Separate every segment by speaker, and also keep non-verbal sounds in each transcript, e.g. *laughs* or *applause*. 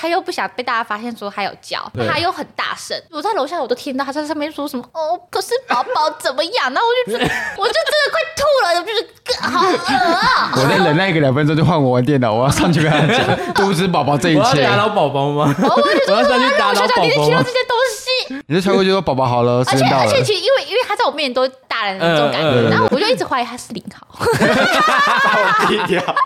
Speaker 1: 他又不想被大家发现说他有叫，
Speaker 2: 对
Speaker 1: 他又很大声，我在楼下我都听到他在上面说什么哦，可是宝宝怎么样？然后我就觉得 *laughs* 我就真的快吐了，我就是哥好恶啊、
Speaker 3: 我再忍耐个两分钟就换我玩电脑，我要上去跟他讲，阻止宝宝这一
Speaker 2: 我要
Speaker 3: 切
Speaker 2: *laughs* 打。扰宝宝吗？ *laughs* 我要上去打
Speaker 1: 我
Speaker 2: 扰
Speaker 1: 就想
Speaker 2: 宝
Speaker 1: 你
Speaker 2: 宝
Speaker 1: 听到
Speaker 2: 吗
Speaker 1: 这？些东西，
Speaker 3: 你就穿过去说宝宝好了，时
Speaker 1: 而且
Speaker 3: 间到
Speaker 1: 而
Speaker 3: 了
Speaker 1: 且，其实因为因为他在我面前都是大人的那种感觉，
Speaker 2: 嗯嗯嗯
Speaker 1: 然后我就一直怀疑他是林豪。
Speaker 4: 低调。
Speaker 2: *laughs*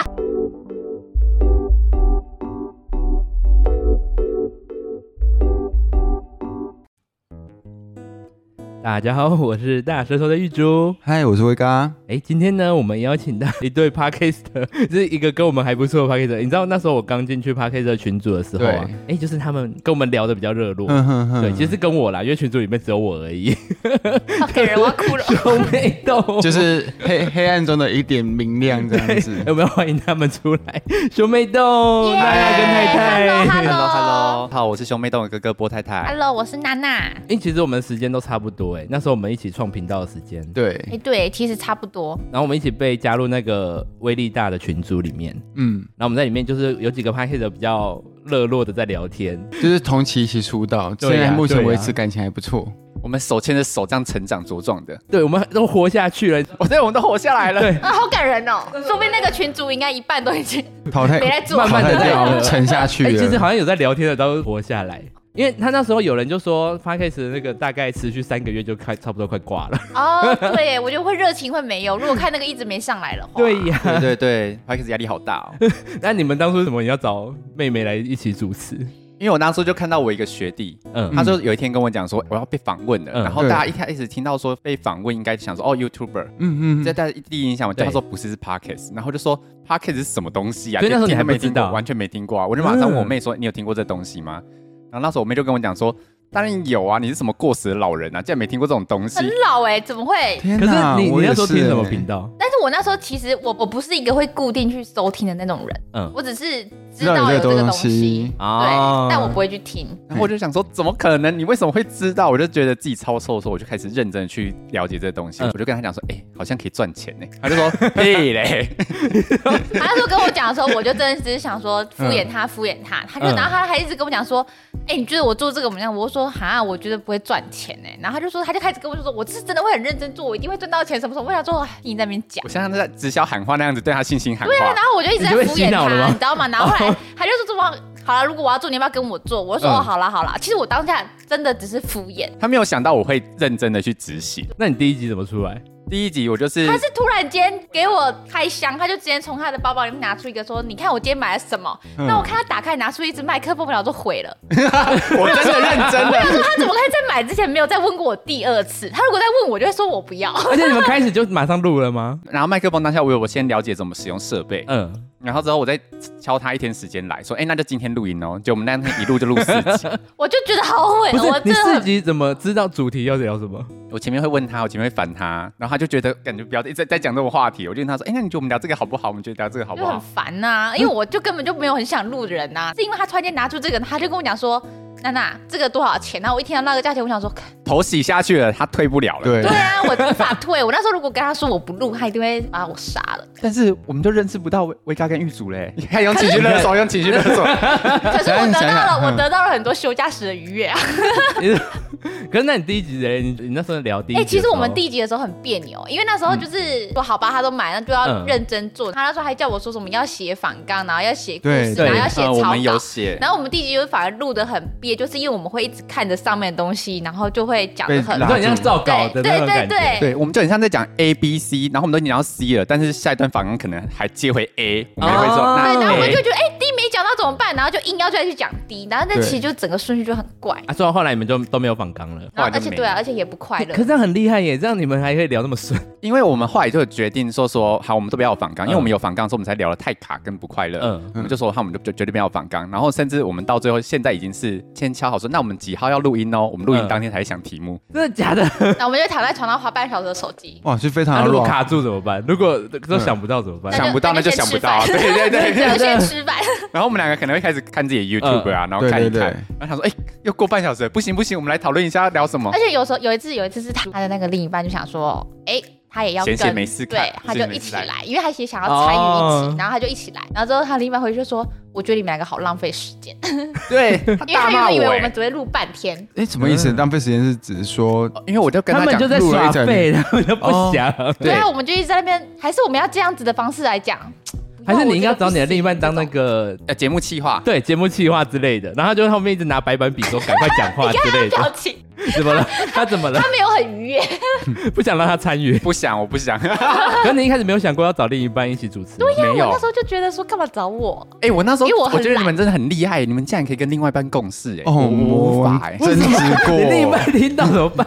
Speaker 2: 大家好，我是大舌头的玉珠。
Speaker 3: 嗨，我是威哥，
Speaker 2: 哎，今天呢，我们邀请到一对 podcaster，是 *laughs* 一个跟我们还不错的 podcaster。你知道那时候我刚进去 podcaster 群组的时候啊，哎，就是他们跟我们聊的比较热络。
Speaker 3: 嗯哼
Speaker 2: 对，
Speaker 3: 哼，
Speaker 2: 其实跟我啦，因为群组里面只有我而已，
Speaker 1: 好感
Speaker 2: *laughs*
Speaker 1: 人，我要哭了。
Speaker 2: 都没动。
Speaker 3: 就是黑黑暗中的一点明亮这样
Speaker 2: *laughs*
Speaker 3: 子。
Speaker 2: 有没有欢迎哎他们出来？兄妹洞，
Speaker 1: 耶
Speaker 2: 娜娜跟太太。
Speaker 1: Hello，Hello
Speaker 4: Hello Hello，好，我是兄妹洞的哥哥波太太。
Speaker 1: Hello，我是娜娜。哎、
Speaker 2: 哎、其实我们时间都差不多哎，那时候我们一起创频道的时间，
Speaker 3: 对，
Speaker 1: 哎对，其实差不多。
Speaker 2: 然后我们一起被加入那个威力大的群组里面，
Speaker 3: 嗯，
Speaker 2: 然后我们在里面就是有几个 p a c k a g e 比较热络的在聊天，
Speaker 3: 就是同期一起出道，
Speaker 2: 对啊
Speaker 3: 现在目前为
Speaker 2: 对
Speaker 3: 止
Speaker 2: 啊
Speaker 3: 感情还不
Speaker 2: *laughs*
Speaker 3: 错。
Speaker 4: 我们手牵着手这样成长茁壮的，
Speaker 2: 对我们都活下去了，
Speaker 4: 我对我们都活下来了。
Speaker 2: 对，
Speaker 1: 啊，好感人哦！说不定那个群主应该一半都已经
Speaker 3: 淘汰
Speaker 1: 没在做
Speaker 3: 淘汰掉
Speaker 2: 哎慢慢
Speaker 3: 了，
Speaker 2: 地
Speaker 3: 沉下去
Speaker 2: 哎、其实
Speaker 3: 了。
Speaker 2: 好像有在聊天的都活下来。因为他那时候有人就说 p a c k a g e 那个大概持续三个月就快差不多快挂 *laughs* 了。
Speaker 1: *laughs* 哦，对耶，我觉得会热情会没有。如果看那个一直没上来的话，
Speaker 2: 对呀，
Speaker 4: *laughs* 对对对 p a c k e 压力好大哦。
Speaker 2: 那你们当初为什么要找妹妹来一起主持？
Speaker 4: 因为我当初就看到我一个学弟，
Speaker 2: 嗯，
Speaker 4: 他就有一天跟我讲说我要被访问了，
Speaker 2: 嗯
Speaker 4: 然后大家一开始听到说被访问，应该想说哦 YouTuber。
Speaker 3: 嗯嗯
Speaker 4: 这
Speaker 3: 嗯，
Speaker 4: 大家第一印象嘛，就
Speaker 2: 对
Speaker 4: 他说不是是 Pockets，然后就说 Pockets 是什么东西啊？
Speaker 2: 所以那时候你
Speaker 4: 就
Speaker 2: 还不
Speaker 4: 没听
Speaker 2: 知道
Speaker 4: 过完全没听过啊！我就马上
Speaker 2: 嗯
Speaker 4: 问我妹说：“你有听过这东西吗？”然后那时候我妹就跟我讲说：“当然有啊，你是什么过时的老人啊，竟然没听过这种东西
Speaker 1: 很。老哎，怎么会？
Speaker 3: 天
Speaker 2: 可
Speaker 3: 哪，
Speaker 2: 是你
Speaker 3: 我
Speaker 2: 你
Speaker 3: 也
Speaker 2: *laughs* 那时候
Speaker 3: 是
Speaker 2: 听
Speaker 3: 欸
Speaker 2: 什么频道？
Speaker 1: 但是我那时候其实我我不是一个会固定去收听的那种人，
Speaker 2: 嗯
Speaker 1: 我只是知
Speaker 3: 知道有
Speaker 1: 道有
Speaker 3: 这
Speaker 1: 这
Speaker 3: 个
Speaker 1: 个
Speaker 3: 东
Speaker 1: 东
Speaker 3: 西
Speaker 1: 西，啊
Speaker 2: 啊
Speaker 1: 对，但我不会去 *laughs* 听。”
Speaker 4: 然后我就想说：“怎么可能？你为什么会知道？”我就觉得自己超瘦的时候，我就开始认真地去了解这东西。
Speaker 2: 嗯
Speaker 4: 我就跟他讲说：“哎、好像可以赚钱呢、 *laughs* 他就说：“屁嘞，
Speaker 1: 他那时候跟我讲的时候，我就真的只是想说敷衍他，敷衍他。他就
Speaker 2: 嗯
Speaker 1: 然后他还一直跟我讲说，哎、你觉得我做这个怎么样？我就说哈，我觉得不会赚钱哎、然后他就说，他就开始跟我就说，我是真的会很认真做，我一定会赚到钱什么什么。我想说，哎你在那边讲
Speaker 4: *laughs* 我。像他在直销喊话那样子对他信心喊话。
Speaker 1: 对啊，然后我就一直在敷
Speaker 2: 你就被洗
Speaker 1: 衍
Speaker 2: 脑
Speaker 1: 他，
Speaker 2: 了吗哦
Speaker 1: 你知道
Speaker 2: *laughs*
Speaker 1: 吗？然后后来他就说这么好了，如果我要做，你要不要跟我做？我就说、
Speaker 2: 嗯
Speaker 1: 哦，好啦好啦。其实我当下真的只是敷衍，
Speaker 4: 他没有想到我会认真的去执行。
Speaker 2: 那你第一集怎么出来？ *laughs*
Speaker 4: 第一集我就是
Speaker 1: 他是突然间给我开箱，他就直接从他的包包里面拿出一个说，你看我今天买了什么？
Speaker 3: 嗯
Speaker 1: 那我看他打开拿出一支麦克风，我想说毁了。 *laughs*
Speaker 4: 我真的认真的，
Speaker 1: 他怎么可以在买之前没有再问过我第二次？他如果再问我，我就会说我不要。 *laughs*
Speaker 2: 而且你们开始就马上录了吗？
Speaker 4: 然后麦克风当下我有我先了解怎么使用设备，
Speaker 2: 嗯，
Speaker 4: 然后之后我再敲他一天时间来说，哎、那就今天录音哦。就我们那天一录就录四集，
Speaker 1: 我就觉得好悔，
Speaker 2: 不是
Speaker 1: 我，
Speaker 2: 你
Speaker 1: 真的
Speaker 2: 四
Speaker 1: 很
Speaker 2: 集怎么知道主题要聊什么？
Speaker 4: 我前面会问他，我前面会烦他，然后他就觉得感觉不要一直在在讲这种话题，我就跟他说，哎、那你觉得我们聊这个好不好？我们觉得聊这哎个好不
Speaker 1: 就很
Speaker 4: 好？
Speaker 1: 烦呐、因为我就根本就没有很想录人啊呐、是因为他突然间拿出这个，他就跟我讲说。娜娜，这个多少钱？然后我一听到那个价钱，我想说，
Speaker 4: *laughs* 头洗下去了，他退不了了。，
Speaker 3: 对
Speaker 1: 对，啊，我无法退。我那时候如果跟他说我不录，他一定会把我杀了。
Speaker 4: 但是我们就认识不到维维嘉跟玉竹 *laughs* 嘞，你看用情绪勒索，用情绪勒索，
Speaker 1: 可是我
Speaker 3: 想
Speaker 1: 得
Speaker 3: 想
Speaker 1: 到了，
Speaker 3: 嗯
Speaker 1: 我得到了很多休假时的愉悦啊。
Speaker 2: 可是那你第一集人，你你那时候聊第一
Speaker 1: 哎、
Speaker 2: 集的
Speaker 1: 其
Speaker 2: 时候，
Speaker 1: 实我们第一集的时候很别扭，因为那时候就是说好吧，他都买，那就要
Speaker 2: 嗯
Speaker 1: 认真做。他那时候还叫我说什么要写反纲，然后要写故
Speaker 3: 对
Speaker 1: 事，啊
Speaker 2: 对
Speaker 1: 然后要写
Speaker 4: 呃我
Speaker 1: 草
Speaker 4: 们有
Speaker 1: 稿。
Speaker 4: 写，
Speaker 1: 然后我们第一集就反而录的很憋，就是因为我们会一直看着上面的东西，然后就会讲的很
Speaker 3: 被
Speaker 2: 你
Speaker 3: 拉
Speaker 2: 说你像照稿的
Speaker 1: 对对
Speaker 2: 那
Speaker 1: 对
Speaker 2: 种感觉，
Speaker 1: 对，
Speaker 4: 对，我们就很像在讲 A B C，然后我们都已经讲到 C 了，但是下一段反而可能还接回 A，我们还会说、
Speaker 2: 哦
Speaker 4: 那
Speaker 1: 对，然后我们
Speaker 4: A
Speaker 1: 就觉得哎、D 没讲到怎么办，然后就硬要再去讲 D，然后但
Speaker 3: 对
Speaker 1: 其实就整个顺序就很怪，
Speaker 2: 啊，所以后来你们就都没有访纲了。
Speaker 1: 然后
Speaker 4: 后来就
Speaker 1: 而且
Speaker 4: 没
Speaker 1: 对啊，
Speaker 4: 了
Speaker 1: 而且也不快乐
Speaker 2: 可。是这样很厉害耶，这样你们还可以聊那么顺。
Speaker 4: 因为我们后来就有决定说说好，我们都不要有反纲，因为
Speaker 2: 嗯
Speaker 4: 我们有反纲，所以我们才聊得太卡跟不快乐。
Speaker 2: 嗯，
Speaker 4: 我们就说，好，我们就就决定不要有反纲，然后甚至我们到最后，现在已经是先敲好说，那我们几号要录音哦？我们录音
Speaker 2: 嗯
Speaker 4: 当天才想题目，
Speaker 2: 真的
Speaker 3: *laughs*
Speaker 2: 假的？
Speaker 1: 那我们就躺在床上滑半小时的手机，
Speaker 3: 哇，是非
Speaker 2: 那
Speaker 3: 常
Speaker 2: 如果
Speaker 3: 乱。
Speaker 2: 卡住怎么办？如果都想不到怎么
Speaker 1: 那
Speaker 2: 办？
Speaker 1: 就
Speaker 4: 想不到那
Speaker 1: 那
Speaker 4: 就
Speaker 1: 就
Speaker 4: 想
Speaker 1: 先
Speaker 4: 不
Speaker 1: 吃
Speaker 4: 到，
Speaker 1: 饭
Speaker 4: 对对对。
Speaker 1: 然后先吃饭。
Speaker 4: 然后我们两个可能会开始看自己
Speaker 2: 嗯
Speaker 4: 的 YouTube 啊，然后
Speaker 3: 对
Speaker 4: 看一
Speaker 3: 对
Speaker 4: 看，
Speaker 3: 对
Speaker 4: 然后想说，哎，又过半小时了，不行不行，我们来讨论一下要聊什么
Speaker 1: 而。且有时候有一次有一次是他的那个另一半就想说，哎、他也要
Speaker 4: 闲
Speaker 1: 跟，
Speaker 4: 闲没事干
Speaker 1: 对，他就
Speaker 4: 闲
Speaker 1: 一
Speaker 4: 闲没
Speaker 1: 起
Speaker 4: 事干
Speaker 1: 来，因为他也想要参与一起，
Speaker 2: 哦
Speaker 1: 然后他就一起来，然后之后他另外回去就说，我觉得你们两个好浪费时间，
Speaker 4: 对， *laughs* 他
Speaker 1: 因为他
Speaker 4: 大
Speaker 1: 原
Speaker 4: 骂
Speaker 1: 本以为我
Speaker 4: 我
Speaker 1: 们
Speaker 4: 欸，
Speaker 1: 只会录半天，
Speaker 3: 哎，什么意
Speaker 2: 嗯
Speaker 3: 思？浪费时间是只是说
Speaker 4: 哦因为我就跟
Speaker 2: 他
Speaker 4: 讲
Speaker 2: 们就在
Speaker 3: 录了
Speaker 2: 耍
Speaker 3: 一整
Speaker 2: 废，他们就不想。
Speaker 1: 对
Speaker 4: 对
Speaker 1: 啊，我们就一直在那边，还是我们要这样子的方式来讲，
Speaker 2: *laughs* 还是你应该找你的另一
Speaker 1: 一
Speaker 2: 半当那个
Speaker 4: 呃节目企划，
Speaker 2: 对节目企划之类的，然后他就后面一直拿白板笔说赶快讲话之
Speaker 1: *laughs* *laughs*
Speaker 2: 类
Speaker 1: 表
Speaker 2: 的，
Speaker 1: 情，
Speaker 2: *laughs* 怎么了？他怎么了
Speaker 1: 他？没有很愉悦，
Speaker 2: 不想让他
Speaker 1: *laughs*
Speaker 2: 参与。
Speaker 4: 不想我不想。
Speaker 2: 可你一开始没有想过要找另一半一起主持，对
Speaker 4: 没
Speaker 1: 我
Speaker 4: 有
Speaker 1: 那时候就觉得说干嘛找我，
Speaker 4: 哎、我那时候
Speaker 1: 因为我很
Speaker 4: 觉得
Speaker 1: 懒
Speaker 4: 你们真的很厉害，你们竟然可以跟另外一半共事、哎、
Speaker 3: 哦，
Speaker 4: 我无
Speaker 3: 我
Speaker 4: 法、哎，
Speaker 3: 争执
Speaker 2: *laughs* 你另一
Speaker 3: 过，
Speaker 2: 半听到怎么办？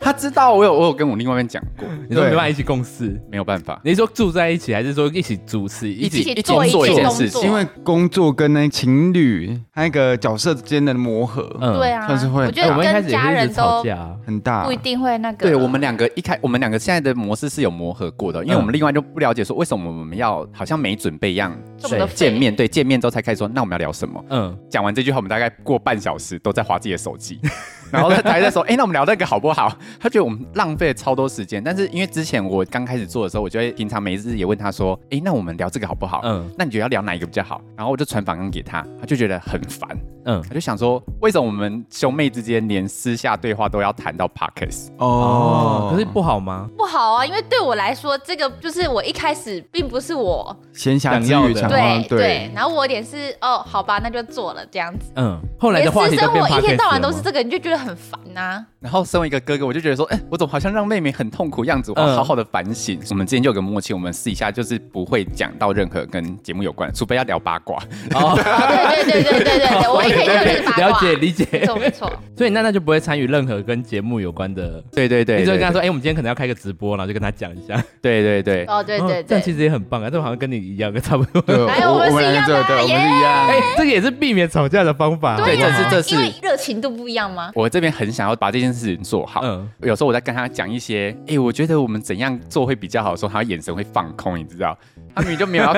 Speaker 4: 他知道我有我有跟我另外一半讲过，
Speaker 2: 你说没
Speaker 3: 对
Speaker 2: 办法一起共事，
Speaker 4: 没有办法，
Speaker 2: 你是说住在一起，还是说一起主持，一
Speaker 1: 一
Speaker 2: 起
Speaker 1: 起
Speaker 4: 一起
Speaker 1: 做
Speaker 4: 做
Speaker 1: 一
Speaker 4: 一
Speaker 1: 件
Speaker 4: 件
Speaker 1: 工
Speaker 4: 事
Speaker 1: 作，
Speaker 4: 情
Speaker 3: 因为工作跟那情侣那个角色之间的磨合
Speaker 2: 嗯
Speaker 1: 对啊，
Speaker 3: 算是会
Speaker 1: 我觉
Speaker 2: 哎
Speaker 1: 得
Speaker 2: 我们一开
Speaker 1: 跟
Speaker 2: 始也
Speaker 1: 家
Speaker 2: 是一
Speaker 1: 人
Speaker 2: 直吵
Speaker 1: 都
Speaker 2: 架啊，
Speaker 3: 很大
Speaker 1: 不，一定会那个，
Speaker 4: 对我们两个一开，我们两个现在的模式是有磨合过的，因为我们另外就不了解说为什么我们要好像没准备一样
Speaker 1: 这么的废
Speaker 4: 见面，对见面之后才开始说那我们要聊什么。
Speaker 2: 嗯，
Speaker 4: 讲完这句话，我们大概过半小时都在划自己的手机，
Speaker 1: *laughs*
Speaker 4: 然后他还在说：“哎、那我们聊那个好不好？”他觉得我们浪费了超多时间。但是因为之前我刚开始做的时候，我就会平常每日也问他说：“哎、那我们聊这个好不好？”
Speaker 2: 嗯
Speaker 4: 嗯，那你觉得要聊哪一个比较好？然后我就传反纲给他，他就觉得很烦。
Speaker 2: 嗯
Speaker 4: 嗯，他就想说，为什么我们兄妹之间连私下对话都要谈到 podcast？
Speaker 2: 哦
Speaker 3: 哦，，
Speaker 2: 可是不好吗？
Speaker 1: 不好啊，因为对我来说，这个就是我一开始并不是我，
Speaker 3: 闲暇之
Speaker 2: 想要
Speaker 3: 余
Speaker 2: 的
Speaker 3: 想
Speaker 1: 对
Speaker 3: 要
Speaker 1: 对，，然后我有点是哦，好吧，那就做了这样子。
Speaker 2: 嗯，后来的话
Speaker 1: 私
Speaker 2: 题就
Speaker 1: 生
Speaker 2: 变
Speaker 1: 活一
Speaker 2: podcast
Speaker 1: 天到晚都是
Speaker 2: 了吗
Speaker 1: 这个，你就觉得很烦呐、 *laughs*
Speaker 4: 然后身为一个哥哥，我就觉得说，哎、我怎么好像让妹妹很痛苦样子？我
Speaker 2: 嗯
Speaker 4: 要好好的反省。我们之间就有个默契，我们私底下就是不会讲到任何跟节目有关，除非要聊八卦。
Speaker 2: 哦，
Speaker 1: 啊。对对对对对对对，我
Speaker 2: *laughs*
Speaker 1: 一天到晚就是八卦。
Speaker 2: 了解哦
Speaker 1: 啊没
Speaker 2: 理
Speaker 1: *laughs*
Speaker 2: 解，
Speaker 1: 错
Speaker 2: *laughs*
Speaker 1: 没错，
Speaker 2: 所以娜娜就不会参与任何跟节目有关的。
Speaker 4: *laughs* 对对对，
Speaker 2: 你就会跟他
Speaker 4: 对
Speaker 2: 说，哎，我们今天可能要开个直播，然后就跟他讲一下。
Speaker 4: 对对对，
Speaker 1: 哦对对
Speaker 2: 哦这样其
Speaker 1: 对，
Speaker 2: 实也很棒啊，这好像跟你一样，差不
Speaker 1: *laughs*
Speaker 2: 多。
Speaker 3: 对，
Speaker 1: 哎我
Speaker 3: 我
Speaker 1: 们
Speaker 3: 我
Speaker 1: 是一
Speaker 3: 们
Speaker 1: 样
Speaker 3: 两
Speaker 1: 的啊
Speaker 3: 个对，我们是一样，
Speaker 2: 哎，这个也是避免吵架的方法。嗯
Speaker 4: 对，
Speaker 1: 对
Speaker 4: 这
Speaker 1: 啊
Speaker 4: 是这
Speaker 1: 因为
Speaker 4: 是。
Speaker 1: 热情度不一样吗？
Speaker 4: 我这边很想要把这件事情做好。
Speaker 2: 嗯
Speaker 4: 有时候我在跟他讲一些，哎、我觉得我们怎样做会比较好的时候，他眼神会放空，你知道？他明明就没有 *laughs* 要，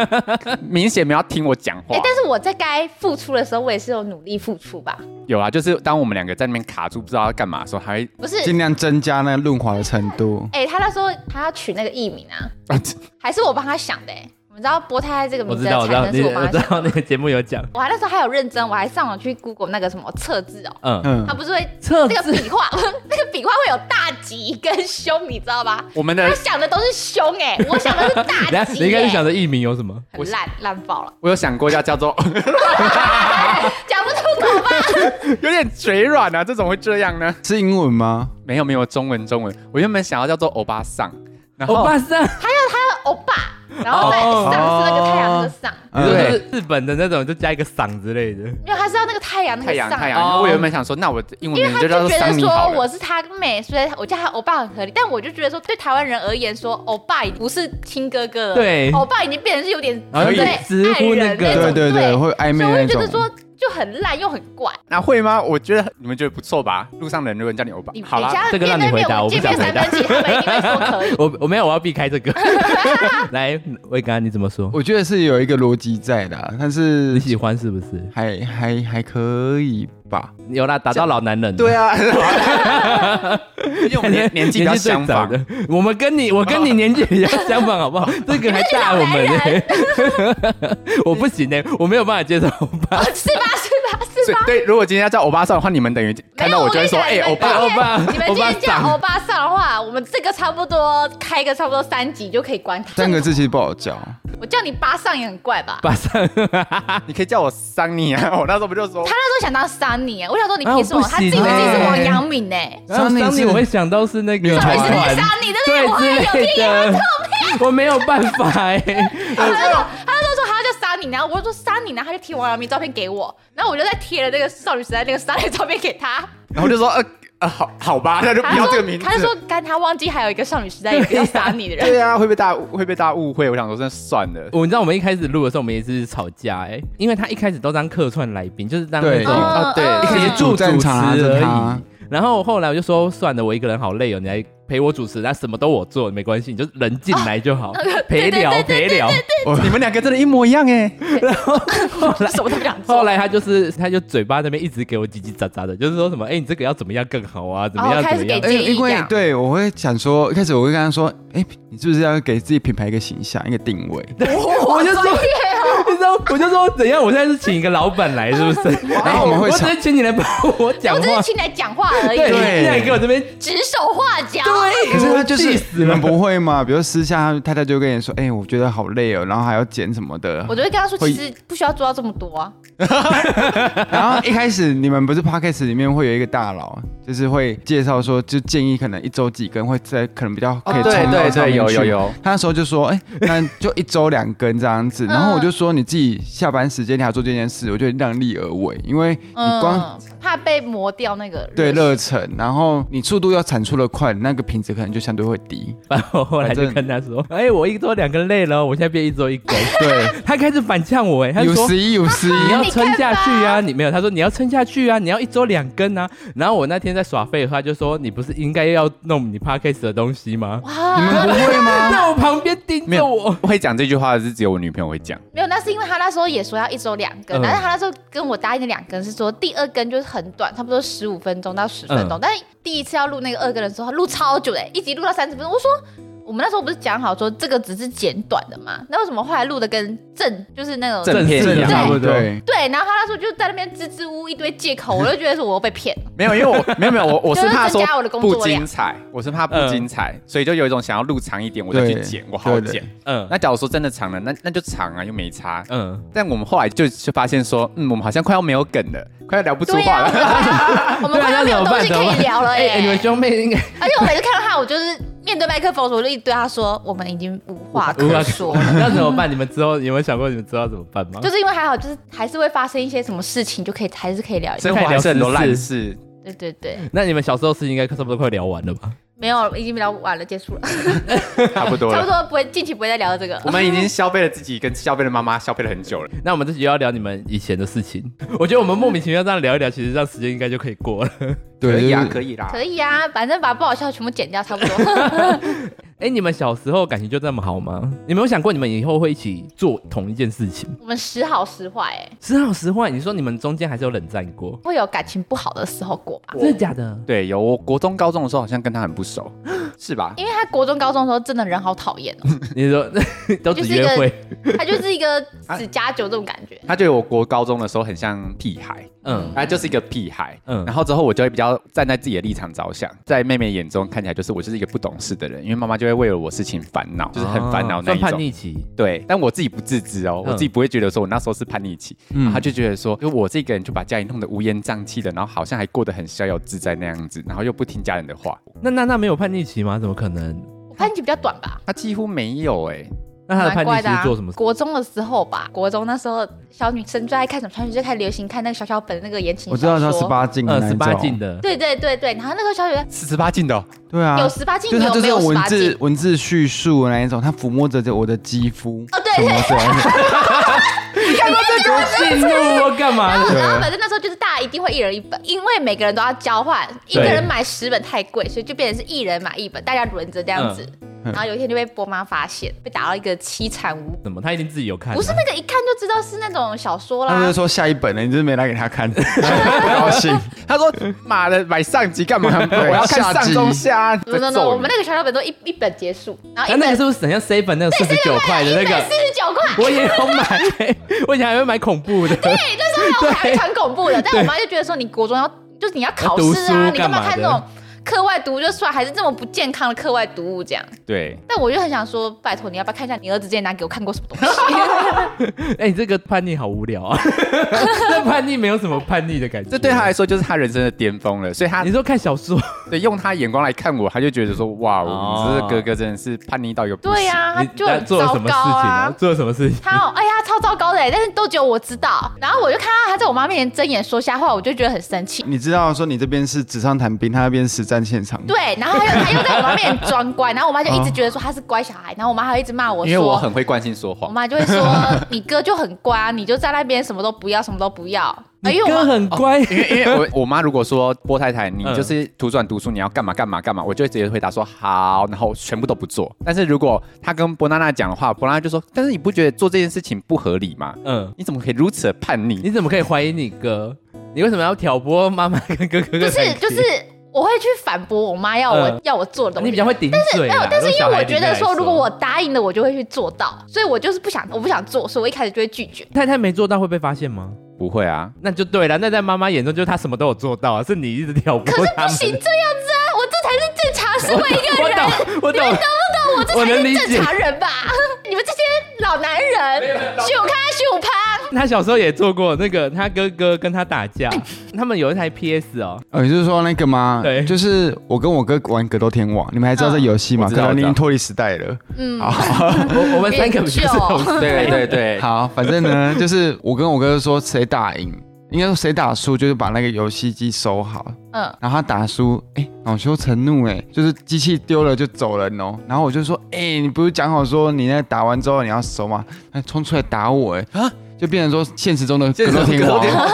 Speaker 4: 明显没有要听我讲话
Speaker 1: 哎，。但是我在该付出的时候，我也是有努力付出吧？
Speaker 4: 有啊，就是当我们两个在那边卡住，不知道要干嘛的时候，他会
Speaker 1: 不是，
Speaker 3: 尽量增加那个润滑的程度。
Speaker 1: 哎，他那时候他要取那个艺名啊，
Speaker 4: *laughs*
Speaker 1: 还是我帮他想的、哎，你知道波太太这个
Speaker 2: 我
Speaker 1: 名字
Speaker 2: 知道，我
Speaker 1: 的产生
Speaker 2: 知道，你呃
Speaker 1: 是我帮
Speaker 2: 我
Speaker 1: 他
Speaker 2: 知
Speaker 1: 想的。
Speaker 2: 道那个节目有讲，
Speaker 1: 我还那时候还有认真，我还上网去 Google 那个什么测字哦，
Speaker 2: 嗯，
Speaker 3: 嗯
Speaker 1: 它，不是会
Speaker 2: 测
Speaker 1: 那个
Speaker 2: 字
Speaker 1: 笔画，那个笔画会有大吉跟凶，你知道吧？
Speaker 4: 我 *laughs* 们的
Speaker 1: 他想的都是凶哎、我想的是大
Speaker 2: 等
Speaker 1: 吉、
Speaker 2: 下
Speaker 1: 欸。
Speaker 2: *laughs* 你应该是想着艺名有什么？
Speaker 1: 很烂烂爆了，
Speaker 4: 我有想过要叫 *laughs* 做，
Speaker 1: 讲不出口吧？
Speaker 4: 有点嘴软啊，这怎么会这样呢？
Speaker 3: 是英文吗？
Speaker 4: 没有没有，中文中文，我原本想要叫做欧巴桑，然
Speaker 2: 欧
Speaker 4: 后
Speaker 2: 巴桑，
Speaker 1: 欧巴，然后再
Speaker 2: 哦
Speaker 1: 上是那个太阳那个上，
Speaker 2: 你说
Speaker 3: 嗯
Speaker 2: 就是日本的那种，就加一个嗓之类的。 *laughs*
Speaker 1: 因为他是要那个太阳那
Speaker 4: 太
Speaker 1: 个
Speaker 4: 阳
Speaker 1: 上，啊
Speaker 4: 太
Speaker 2: 哦
Speaker 4: 阳，我原本想说，那我的英文
Speaker 1: 因为
Speaker 4: 名
Speaker 1: 他
Speaker 4: 就
Speaker 1: 就
Speaker 4: 叫做
Speaker 1: 觉得
Speaker 4: 桑尼好
Speaker 1: 说我
Speaker 4: 了。
Speaker 1: 是他妹，所以我叫他欧巴很合理。但我就觉得说，对台湾人而言说，欧巴已经不是亲哥哥了，
Speaker 2: 对
Speaker 1: 欧巴已经变成是有点
Speaker 2: 然后
Speaker 1: 对
Speaker 2: 就直呼那
Speaker 1: 爱人
Speaker 2: 个
Speaker 1: 那种
Speaker 3: 对对对，
Speaker 1: 对，
Speaker 3: 会暧昧
Speaker 1: 所以我
Speaker 3: 那
Speaker 1: 就觉
Speaker 3: 种
Speaker 1: 得。说就很烂又很怪。
Speaker 4: 那会吗？我觉得你们觉得不错吧？路上的人如果叫你欧巴
Speaker 1: 你，
Speaker 4: 好 *laughs* 啦，
Speaker 1: 你
Speaker 2: 这个让你回答我不
Speaker 1: 见面
Speaker 2: 想
Speaker 1: 三
Speaker 2: 回答。
Speaker 1: 分起，他们一定会说可以 *laughs*
Speaker 2: 我我没有，我要避开这 *laughs* 个。来，魏刚，你怎么说？ *laughs*
Speaker 3: 我觉得是有一个逻辑在的，但
Speaker 2: 你
Speaker 3: 是
Speaker 2: 喜欢是不是？
Speaker 3: 还还还可以吧。
Speaker 2: 有啦，打到老男人。
Speaker 4: 对啊，因为我们年 *laughs* 年
Speaker 2: *laughs*
Speaker 4: 纪比较
Speaker 2: 最
Speaker 4: 相
Speaker 2: 早
Speaker 4: 仿，
Speaker 2: 的，我们跟你，我跟你年纪比较相仿，好 *laughs* 不好？这个还大我们呢、欸 *laughs* 我不行呢、欸我没有办法接受欧巴
Speaker 1: 哦是吧？是吧？是
Speaker 4: 所以
Speaker 1: 吧？
Speaker 4: 对，如果今天要叫欧巴桑的话，你们等于看到我就会说，哎，
Speaker 1: 没有
Speaker 4: 欧
Speaker 1: 我跟
Speaker 4: 巴
Speaker 1: 你，讲你们今天
Speaker 2: 欧巴
Speaker 1: 你们今天叫欧
Speaker 2: 欧巴桑
Speaker 1: 巴桑的话，我们这个差不多开个差不多三集就可以关它。
Speaker 3: 三个字其实不好教，
Speaker 1: 我叫你巴上也很怪吧？
Speaker 2: 巴上。
Speaker 4: 你可以叫我桑尼啊。 *laughs* 我那时候不就说
Speaker 1: 他，那时候想当桑尼，我想说你凭什么？
Speaker 2: 啊我不
Speaker 1: 他自己自
Speaker 2: 行
Speaker 1: 己
Speaker 2: 欸
Speaker 1: 是王阳明欸呢？
Speaker 2: *laughs* 然后
Speaker 3: 桑尼
Speaker 2: 桑尼，
Speaker 3: 是
Speaker 2: 我会想到是那个
Speaker 3: 女团
Speaker 2: 团
Speaker 1: 你是
Speaker 2: 团，
Speaker 1: 桑尼，对
Speaker 2: 对
Speaker 1: 不对？我
Speaker 2: 之类的，
Speaker 1: 啊
Speaker 2: 我没有办法哎、
Speaker 1: 他那时候他那时候说他要叫桑尼，然后我就说桑尼，然后他就贴王阳明照片给我，然后我就再贴了那个少女时代那个桑尼照片给他。
Speaker 4: 然后就说，呃呃，好好吧，那就
Speaker 1: *laughs*
Speaker 4: 不
Speaker 1: 他就
Speaker 4: 要这个
Speaker 1: 说
Speaker 4: 名字
Speaker 1: 他。就说干他忘记还有一个少女时代有一个叫桑尼的人。
Speaker 4: *laughs* 对啊，会被大家会被大家误会。我想说，那算了。
Speaker 2: 我你知道我们一开始录的时候，我们也是吵架哎、因为他一开始都当客串来宾，就是当那
Speaker 3: 对
Speaker 2: 种哦
Speaker 4: 啊对
Speaker 1: 嗯
Speaker 4: 一
Speaker 2: 协
Speaker 1: 嗯
Speaker 2: 助主持
Speaker 3: 正常啊
Speaker 2: 而
Speaker 3: 正
Speaker 2: 已
Speaker 3: 常。
Speaker 2: 然后后来我就说算了，我一个人好累哦，你来陪我主持，那什么都我做没关系，你就人进来就好，陪
Speaker 1: 哦对对
Speaker 2: 聊
Speaker 1: 对
Speaker 2: 陪聊。
Speaker 4: 你们两个真的，一模一样哎、
Speaker 1: 什么都不想做。
Speaker 2: 后来他就是，他就嘴巴那边一直给我叽叽喳喳的，就是说什么，哎、你这个要怎么样更好啊，怎么样
Speaker 1: 哦开
Speaker 2: 怎
Speaker 1: 始
Speaker 2: 么样
Speaker 1: 给。建议
Speaker 3: 哎因
Speaker 1: 这
Speaker 3: 为
Speaker 1: 样
Speaker 3: 对我会想说，一开始我会跟他说，哎、你是不是要给自己品牌一个形象、一个定位？
Speaker 2: *laughs* 我就说，你知道，我就说怎样？我现在是请一个老板来，是不
Speaker 1: *laughs*
Speaker 2: 是？
Speaker 3: *laughs* 然后我们会
Speaker 2: 我只
Speaker 3: 想，
Speaker 2: 是请你来帮我讲
Speaker 1: 我只
Speaker 2: 话
Speaker 1: 是，请你来讲话而已，
Speaker 2: 对，
Speaker 3: 对
Speaker 2: 你现在给我这边，
Speaker 1: 指手画脚。
Speaker 2: 对，
Speaker 3: 可是他就
Speaker 2: 我
Speaker 3: *laughs*
Speaker 2: 气
Speaker 3: 是
Speaker 2: 死
Speaker 3: 你
Speaker 2: 了
Speaker 3: 们，不会嘛？比如私下太太就跟你说，哎、我觉得好累哦，然后还要剪什么的
Speaker 1: 我。就会跟他说，
Speaker 3: 会
Speaker 1: 其实不需要做到这么多啊。
Speaker 3: 然后一开始你们不是 podcast 里面会有一个大佬，就是会介绍说，就建议可能一周几根会在可能比较可以冲到
Speaker 4: 对对
Speaker 3: 上
Speaker 4: 对，
Speaker 3: 面
Speaker 4: 有有
Speaker 3: 去
Speaker 4: 有，
Speaker 3: 他那时候就说：“哎、那就一周两根这样子。”
Speaker 1: 嗯
Speaker 3: 然后我就说：“你自己下班时间你还要做这件事，我就量力而为，因为你光、
Speaker 1: 嗯，怕被磨掉那个
Speaker 3: 对
Speaker 1: 热
Speaker 3: 热忱，然后你速度要产出的快，那个品质可能就相对会低。
Speaker 2: 然后后来就跟他说，哎、我一周两个累了，我现在变一周一根。
Speaker 3: 对，
Speaker 2: 他开始反呛我、 *laughs* 哎，他
Speaker 3: 有
Speaker 2: 说。
Speaker 3: 十一有十
Speaker 2: 你
Speaker 3: 一，
Speaker 2: 要撑下去啊！你没有，他说你要撑下去啊！你要一周两根啊！然后我那天在耍废的话，就说你不是应该要弄你 podcast 的东西吗？
Speaker 3: 你
Speaker 1: 哇，
Speaker 3: 们不会吗？
Speaker 2: *laughs* 在我旁边盯
Speaker 4: 没
Speaker 2: 着
Speaker 4: 有
Speaker 2: 我，
Speaker 4: 会讲这句话的是只有我女朋友会讲。
Speaker 1: 没有，那是因为他那时候也说要一周两根，
Speaker 2: 嗯
Speaker 1: 但是他那时候跟我答应的两根是说第二根就是很短，差不多十五分钟到十分钟，但是第一次要录那个二根的时候，他录超久的、一集录到三十分钟，我说。我们那时候不是讲好说这个只是简短的嘛？那为什么后来录的跟正就是那种
Speaker 4: 正
Speaker 2: *laughs*
Speaker 4: 片
Speaker 2: 正
Speaker 4: 一样
Speaker 2: 差不多。
Speaker 3: 啊对，
Speaker 1: 对？然后他那时候就在那边支支吾吾一堆借口，我就觉得说我又被骗了。
Speaker 4: 没有，因为我没有没有，我我是怕
Speaker 1: 就是
Speaker 4: 说
Speaker 1: 增加我的工作
Speaker 4: 不
Speaker 1: 量
Speaker 4: 精彩，我是怕不精彩，所以就有一种想要录长一点，我再去
Speaker 3: 对
Speaker 4: 剪，我好好
Speaker 3: 对对
Speaker 4: 剪。
Speaker 2: 嗯
Speaker 4: 那假如说真的长了，那那就长啊，又没差。
Speaker 2: 嗯，
Speaker 4: 但我们后来就就发现说，嗯，我们好像快要没有梗了，快要聊不出
Speaker 1: 对啊 *laughs*
Speaker 4: 话
Speaker 1: 呀、
Speaker 4: 了。
Speaker 1: 我
Speaker 2: 啊
Speaker 1: 们快啊要没有东西可以聊了
Speaker 2: 哎、
Speaker 1: 耶、
Speaker 2: 哎你们兄妹应该
Speaker 1: 而且我每次看到他，我就是面对麦克风的时候，我就一直对他说：“我们已经 *laughs* 无话
Speaker 2: *laughs*
Speaker 1: 可说。
Speaker 2: 那怎么办？你们之后有没有想过你们之后怎么办吗”？
Speaker 1: 就是因为还好，就是还是会发生一些什么事情，就可以还是可以聊一下。
Speaker 4: 生活还是很多
Speaker 1: *laughs*
Speaker 4: 烂事，
Speaker 1: 对对对，
Speaker 2: 那你们小时候事情应该差不多快聊完了吧？
Speaker 1: 没有，已经聊完了，结束了，
Speaker 2: *laughs*
Speaker 4: 差不多
Speaker 2: 啊
Speaker 1: 差不
Speaker 4: 了。
Speaker 1: 多不会，近期不会再聊这个。
Speaker 4: 我们已经消费了自己，跟消费了妈妈，消费了很久了。
Speaker 2: *laughs* 那我们这集要聊你们以前的事情。 *laughs* 我觉得我们莫名其妙这样聊一聊，其实这样时间应该就可以过了。 *laughs*
Speaker 4: 可以啊，
Speaker 3: 对，
Speaker 4: 可以啦。
Speaker 1: 可以啊，反正把不好笑的全部剪掉，差不
Speaker 2: *laughs*
Speaker 1: 多。
Speaker 2: 哎、你们小时候感情就这么好吗？你们有想过你们以后会一起做同一件事情？
Speaker 1: 我们时好时坏，哎，
Speaker 2: 时好时坏，你说你们中间还是有冷战过，
Speaker 1: 会有感情不好的时候过吧？
Speaker 2: 真的假的？
Speaker 4: 对，有我国中、高中的时候好像跟他很不熟，是吧？
Speaker 1: 因为他国中、高中的时候真的人好讨厌
Speaker 2: *laughs*
Speaker 1: 哦，
Speaker 2: 你说都只约会，
Speaker 1: 他就是一个只加酒这种感
Speaker 2: *laughs*
Speaker 1: 觉。
Speaker 4: 他觉得我国高中的时候很像屁孩，
Speaker 2: 嗯，
Speaker 4: 他就是一个屁孩。
Speaker 2: 嗯
Speaker 4: 嗯，然后之后我就会比较站在自己的立场着想，在妹妹眼中看起来就是我就是一个不懂事的人，因为妈妈就会为了我事情烦恼，就是很烦恼
Speaker 2: 啊
Speaker 4: 那
Speaker 2: 算
Speaker 4: 一
Speaker 2: 叛
Speaker 4: 种。
Speaker 2: 逆期。
Speaker 4: 对，但我自己不自知哦，
Speaker 2: 嗯
Speaker 4: 我自己不会觉得说我那时候是叛逆期，
Speaker 3: 嗯
Speaker 4: 然后他就觉得说，就我这个人就把家里弄得乌烟瘴气的，然后好像还过得很逍遥自在那样子，然后又不听家人的话，
Speaker 2: 那那那没有叛逆期吗？怎么可能？
Speaker 1: 我叛逆期比较短吧，
Speaker 4: 他几乎没有哎、
Speaker 2: 那他的叛
Speaker 1: 蛮怪
Speaker 2: 逆期
Speaker 1: 的啊
Speaker 2: 是做什么事？
Speaker 1: 国中的时候吧，国中那时候小女生最爱看什么？小女生就开始流行看那个小小本的那个言情
Speaker 3: 我知道
Speaker 1: 小
Speaker 3: 他
Speaker 1: 说
Speaker 3: 十。八禁的
Speaker 2: 呃，
Speaker 3: 那一
Speaker 2: 十
Speaker 4: 哦
Speaker 3: 种，
Speaker 2: 八禁的，
Speaker 1: 对对对对，然后那个小女生
Speaker 4: 是十八禁的哦、
Speaker 3: 对啊，
Speaker 1: 有十八禁，
Speaker 3: 就是
Speaker 1: 你有
Speaker 3: 他就
Speaker 1: 没
Speaker 3: 是有
Speaker 1: 有十
Speaker 3: 文
Speaker 1: 八
Speaker 3: 字
Speaker 1: 禁？
Speaker 3: 文字叙述那一种，他抚摸着我的肌肤，
Speaker 1: 哦对
Speaker 3: 什么之类的
Speaker 1: 啊
Speaker 2: 进入我干嘛
Speaker 1: 然后
Speaker 2: 的？
Speaker 1: 然啊后反正那时候就是大家一定会一人一本，因为每个人都要交换，一个
Speaker 2: 对
Speaker 1: 人买十本太贵，所以就变成是一人买一本，大家轮着这样子。然后有一天就被波妈发现，被打到一个凄惨无比。
Speaker 2: 怎么？他一定自己有看啊、
Speaker 1: 不是那个一看就知道是那种小说
Speaker 3: 他就
Speaker 1: 啦，
Speaker 3: 说下一本了，你就是没拿给他看， *laughs* 不高兴。
Speaker 4: 他说：“妈的，买上集干嘛？嗯 *laughs* 我要看上中下。”
Speaker 1: 不不
Speaker 4: 在
Speaker 1: 不，
Speaker 4: 揍
Speaker 1: 我
Speaker 4: 你
Speaker 1: 们那个小小本都一一本结束，然后
Speaker 2: 哎
Speaker 1: 一
Speaker 2: 那个
Speaker 1: 本
Speaker 2: 是不是很像 seven 那个四十九块的那
Speaker 1: 一本
Speaker 2: 个
Speaker 1: 四？十九块，
Speaker 2: *laughs* 我也有买，欸我以前还会买恐怖
Speaker 1: *laughs*
Speaker 2: 的。
Speaker 1: 对，那时候还有还会传恐怖的，但我妈就觉得说你国中要就是你要考试
Speaker 2: 要读
Speaker 1: 啊，
Speaker 2: 书
Speaker 1: 你干嘛
Speaker 2: 干嘛
Speaker 1: 看
Speaker 2: 的
Speaker 1: 这种课外读物就算，还是这么不健康的课外读物这样？
Speaker 4: 对，
Speaker 1: 但我就很想说，拜托你要不要看一下你儿子之前拿给我看过什么东西？
Speaker 2: *laughs* 哎、你这个叛逆好无聊
Speaker 1: *laughs*
Speaker 2: 啊！这叛逆没有什么叛逆的感觉。
Speaker 4: 这对他来说就是他人生的巅峰了。所以他
Speaker 2: 你说看小说，
Speaker 4: 对用他眼光来看我，他就觉得说：“哇，
Speaker 2: 哦
Speaker 4: 我们这个哥哥真的是叛逆到一个不行
Speaker 1: 对啊呀、他
Speaker 2: 你
Speaker 1: 就很
Speaker 2: 做了
Speaker 1: 糟
Speaker 2: 什么
Speaker 1: 糕
Speaker 2: 事情 *laughs*
Speaker 1: 啊。
Speaker 2: 做了什么事情？
Speaker 1: 他哦，哎呀，超糟糕的欸，但是都只有我知道。然后我就看到他在我妈面前睁眼说瞎话，我就觉得很生气。
Speaker 3: 你知道说你这边是纸上谈兵，他那边是站现场。
Speaker 1: 对，然后他
Speaker 2: *laughs*
Speaker 1: 又他又在我妈面前装乖，然后我妈就一直觉得说他是乖小孩，然后我妈还一直骂我
Speaker 4: 因为我
Speaker 1: 说，
Speaker 4: 很会惯性说
Speaker 1: 我
Speaker 4: 谎。
Speaker 1: 妈就会说你哥就很乖啊，你就在那边什么都不要，什么都不要。啊
Speaker 2: 你
Speaker 1: 因为我
Speaker 2: 哥
Speaker 1: 妈
Speaker 2: 很乖，
Speaker 4: 因为因为我我妈如果说波太太，你
Speaker 2: 嗯
Speaker 4: 就是图书馆读书，你要干嘛干嘛干嘛，我就会直接回答说好，然后全部都不做。但是如果她跟波娜娜讲的话，波娜娜就说，但是你不觉得做这件事情不合理吗？
Speaker 2: *laughs* 嗯，
Speaker 4: 你怎么可以如此的叛逆？
Speaker 2: 你怎么可以怀疑你哥？你为什么要挑拨妈妈跟哥哥
Speaker 1: 不
Speaker 2: 的感
Speaker 1: 是
Speaker 2: 情？
Speaker 1: 就是我会去反驳我妈要我、
Speaker 2: 嗯
Speaker 1: 要我做的东西，
Speaker 2: 你比较会顶嘴啦，
Speaker 1: 但是因为我
Speaker 2: 如果小
Speaker 1: 觉得
Speaker 2: 孩里面
Speaker 1: 说，
Speaker 2: 来
Speaker 1: 如果我答应了，我就会去做到，所以我就是不想，我不想做，所以我一开始就会拒绝。
Speaker 2: 太太没做到会被发现吗？
Speaker 4: 不会啊，
Speaker 2: 那就对了，那在妈妈眼中就是她什么都有做到啊，是你一直挑拨
Speaker 1: 可是
Speaker 2: 他
Speaker 1: 不
Speaker 2: 们。
Speaker 1: 行这样子啊，我这才是正常思维一个
Speaker 2: 我
Speaker 1: 人，
Speaker 2: 懂，我懂，
Speaker 1: 我这
Speaker 2: 我能理
Speaker 1: 才是
Speaker 2: 解
Speaker 1: 正常人吧？你们这些老男人，虚我看虚我趴，
Speaker 2: *laughs* 他小时候也做过那个，他哥哥跟他打架，
Speaker 1: 哎
Speaker 2: 他们有一台 PS
Speaker 1: *laughs*
Speaker 2: 哦，
Speaker 3: 哦，你就是说那个吗？
Speaker 2: 对
Speaker 3: 就是我跟我哥玩格斗天王，你们还知道这游戏吗？
Speaker 4: 嗯
Speaker 3: 可能你已经脱离时代了。
Speaker 1: 嗯，
Speaker 2: 我我们三个不就是同事
Speaker 4: 对对对，
Speaker 3: 好，反正呢，就是我跟我哥说谁打赢，应该说谁打输，就是把那个游戏机收好。
Speaker 1: 嗯，
Speaker 3: 然后他打输，哎、恼羞成怒、哎，就是机器丢了就走人哦。然后我就说，哎、你不是讲好说你那打完之后你要收吗？他冲出来打我、哎，啊，就变成说现实中的格斗天王。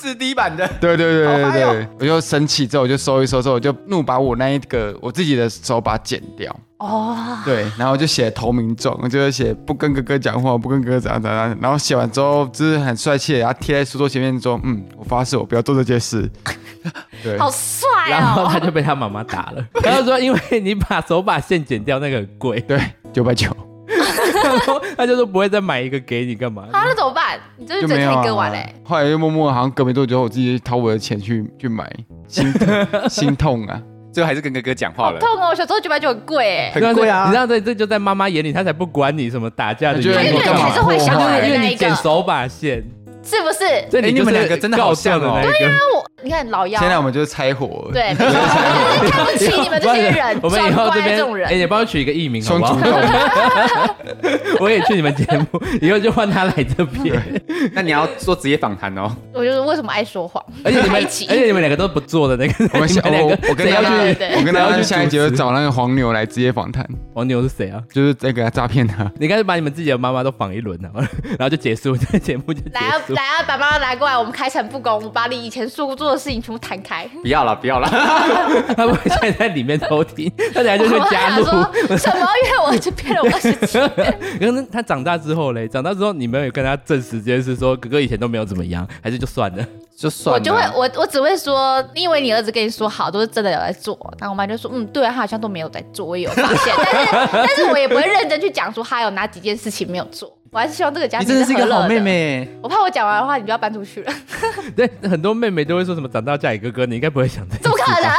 Speaker 4: 四 D 版的，
Speaker 3: *laughs* 对对对对
Speaker 4: 好嗨
Speaker 3: 对
Speaker 4: 哦，
Speaker 3: 哎我就生气之后我就收一收之后，我就怒把我那一个我自己的手把剪掉。 *laughs*
Speaker 1: 哦，
Speaker 3: 对，然后就写投名状，我就写不跟哥哥讲话，不跟哥哥怎样怎样。然后写完之后，就是很帅气的，然后贴在书桌前面说：“嗯，我发誓我不要做这件 *laughs* 事。”对，
Speaker 1: 好帅
Speaker 2: 然后
Speaker 1: 哦，
Speaker 2: 他就被他妈妈打
Speaker 1: *laughs*
Speaker 2: 了。然后说，因为你把手把线剪掉，那个很贵，
Speaker 3: 对，九百九
Speaker 2: 然后他就说不会再买一个给你干嘛？
Speaker 1: 啊，那怎么办？你这
Speaker 3: 就
Speaker 1: 就只
Speaker 3: 没有
Speaker 1: 能
Speaker 3: 啊
Speaker 1: 割完嘞。
Speaker 3: 后来又默默好像隔没多久，我自己掏我的钱去去买，心痛心痛 *laughs* 啊！
Speaker 4: 最后还是跟哥哥讲话
Speaker 1: 好
Speaker 4: 了。
Speaker 1: 痛哦！小时候九百九很贵哎，
Speaker 4: 很贵啊
Speaker 2: 你知道这这就在妈妈眼里，她才不管你什么打架的
Speaker 3: 她觉得
Speaker 1: 对
Speaker 2: 原因，
Speaker 3: 你
Speaker 1: 对，
Speaker 3: 干嘛
Speaker 1: 还是坏小
Speaker 2: 因
Speaker 1: 孩
Speaker 2: 为
Speaker 1: 的
Speaker 2: 因
Speaker 1: 那
Speaker 2: 为
Speaker 1: 一
Speaker 2: 你剪
Speaker 1: 个，
Speaker 2: 手把线，
Speaker 1: 是不是？
Speaker 2: 所以
Speaker 4: 哎
Speaker 2: 你
Speaker 4: 你
Speaker 2: 就
Speaker 4: 们
Speaker 2: 是
Speaker 4: 两个真的好像哦
Speaker 2: 告状的那一个。
Speaker 1: 那我你看老妖
Speaker 3: 现，在我们就是拆伙，，
Speaker 1: 对，没错我就是看不起你们这些人，
Speaker 2: 我们以
Speaker 1: 装
Speaker 2: 后
Speaker 1: 乖
Speaker 2: 这
Speaker 1: 的
Speaker 2: 边
Speaker 1: 这种
Speaker 2: 哎，
Speaker 1: 人。
Speaker 2: 你帮我取一个艺名好
Speaker 3: 双
Speaker 2: 不
Speaker 3: 主动。
Speaker 2: 好？*laughs* 我也去你们节目，以后就换他来这边。
Speaker 4: 那你要做职业访谈哦。
Speaker 1: 我就是为什么爱说谎，
Speaker 2: 而且你们，
Speaker 1: 开
Speaker 2: 而
Speaker 1: 启
Speaker 2: 且你们两个都不做的那个，
Speaker 3: 我 *laughs* 们
Speaker 2: *laughs* 你
Speaker 3: 下
Speaker 2: 们两
Speaker 3: 我
Speaker 2: 个
Speaker 3: 我跟
Speaker 2: 谁
Speaker 3: 大
Speaker 2: 要
Speaker 3: 家
Speaker 1: 对
Speaker 2: 去？
Speaker 1: 对
Speaker 3: 我跟大
Speaker 2: 谁要
Speaker 3: 家
Speaker 2: 去
Speaker 3: 下一集
Speaker 2: 主
Speaker 3: 就
Speaker 2: 持
Speaker 3: 找那个黄牛来直接访谈，
Speaker 2: 黄牛是谁啊？
Speaker 3: 就是这个诈骗他。
Speaker 2: 你干脆把你们自己的妈妈都访一轮啊，然后就结束，这个节目就结
Speaker 1: 来啊
Speaker 2: 束。
Speaker 1: 来啊，把妈妈拿过来，我们开诚布公，我们把你以前说过做的事情全部摊开。
Speaker 4: 不要了，不要了。
Speaker 2: 他们现在在里面偷听，他等下
Speaker 1: *laughs* 我
Speaker 2: 就会
Speaker 1: 妈
Speaker 2: 加
Speaker 1: 想
Speaker 2: 入。
Speaker 1: 说什么？因为我就骗了我二十几，
Speaker 2: 可是他长大之后嘞，长大之后你们有跟他证实这件事，说哥哥以前都没有怎么样，还是就 *laughs* 算了？ *laughs*
Speaker 4: 就算
Speaker 1: 我
Speaker 4: 了，
Speaker 1: 就会我我只会说，你以为你儿子跟你说好都是真的有在做，然后我妈就说，嗯，对啊，他好像都没有在做，我也有发
Speaker 2: *laughs*
Speaker 1: 现，但是但是我也不会认真去讲说他有哪几件事情没有做，我还是希望这个家
Speaker 4: 你
Speaker 1: 庭
Speaker 4: 真的是一
Speaker 1: 和
Speaker 4: 个
Speaker 1: 乐
Speaker 4: 好妹。妹。
Speaker 1: 我怕我讲完的话，你就要搬出去
Speaker 2: *laughs*
Speaker 1: 了，
Speaker 2: 对，很多妹妹都会说什么长大嫁给哥哥，你应该不会想
Speaker 1: *laughs*
Speaker 2: 这
Speaker 1: 怎么可能？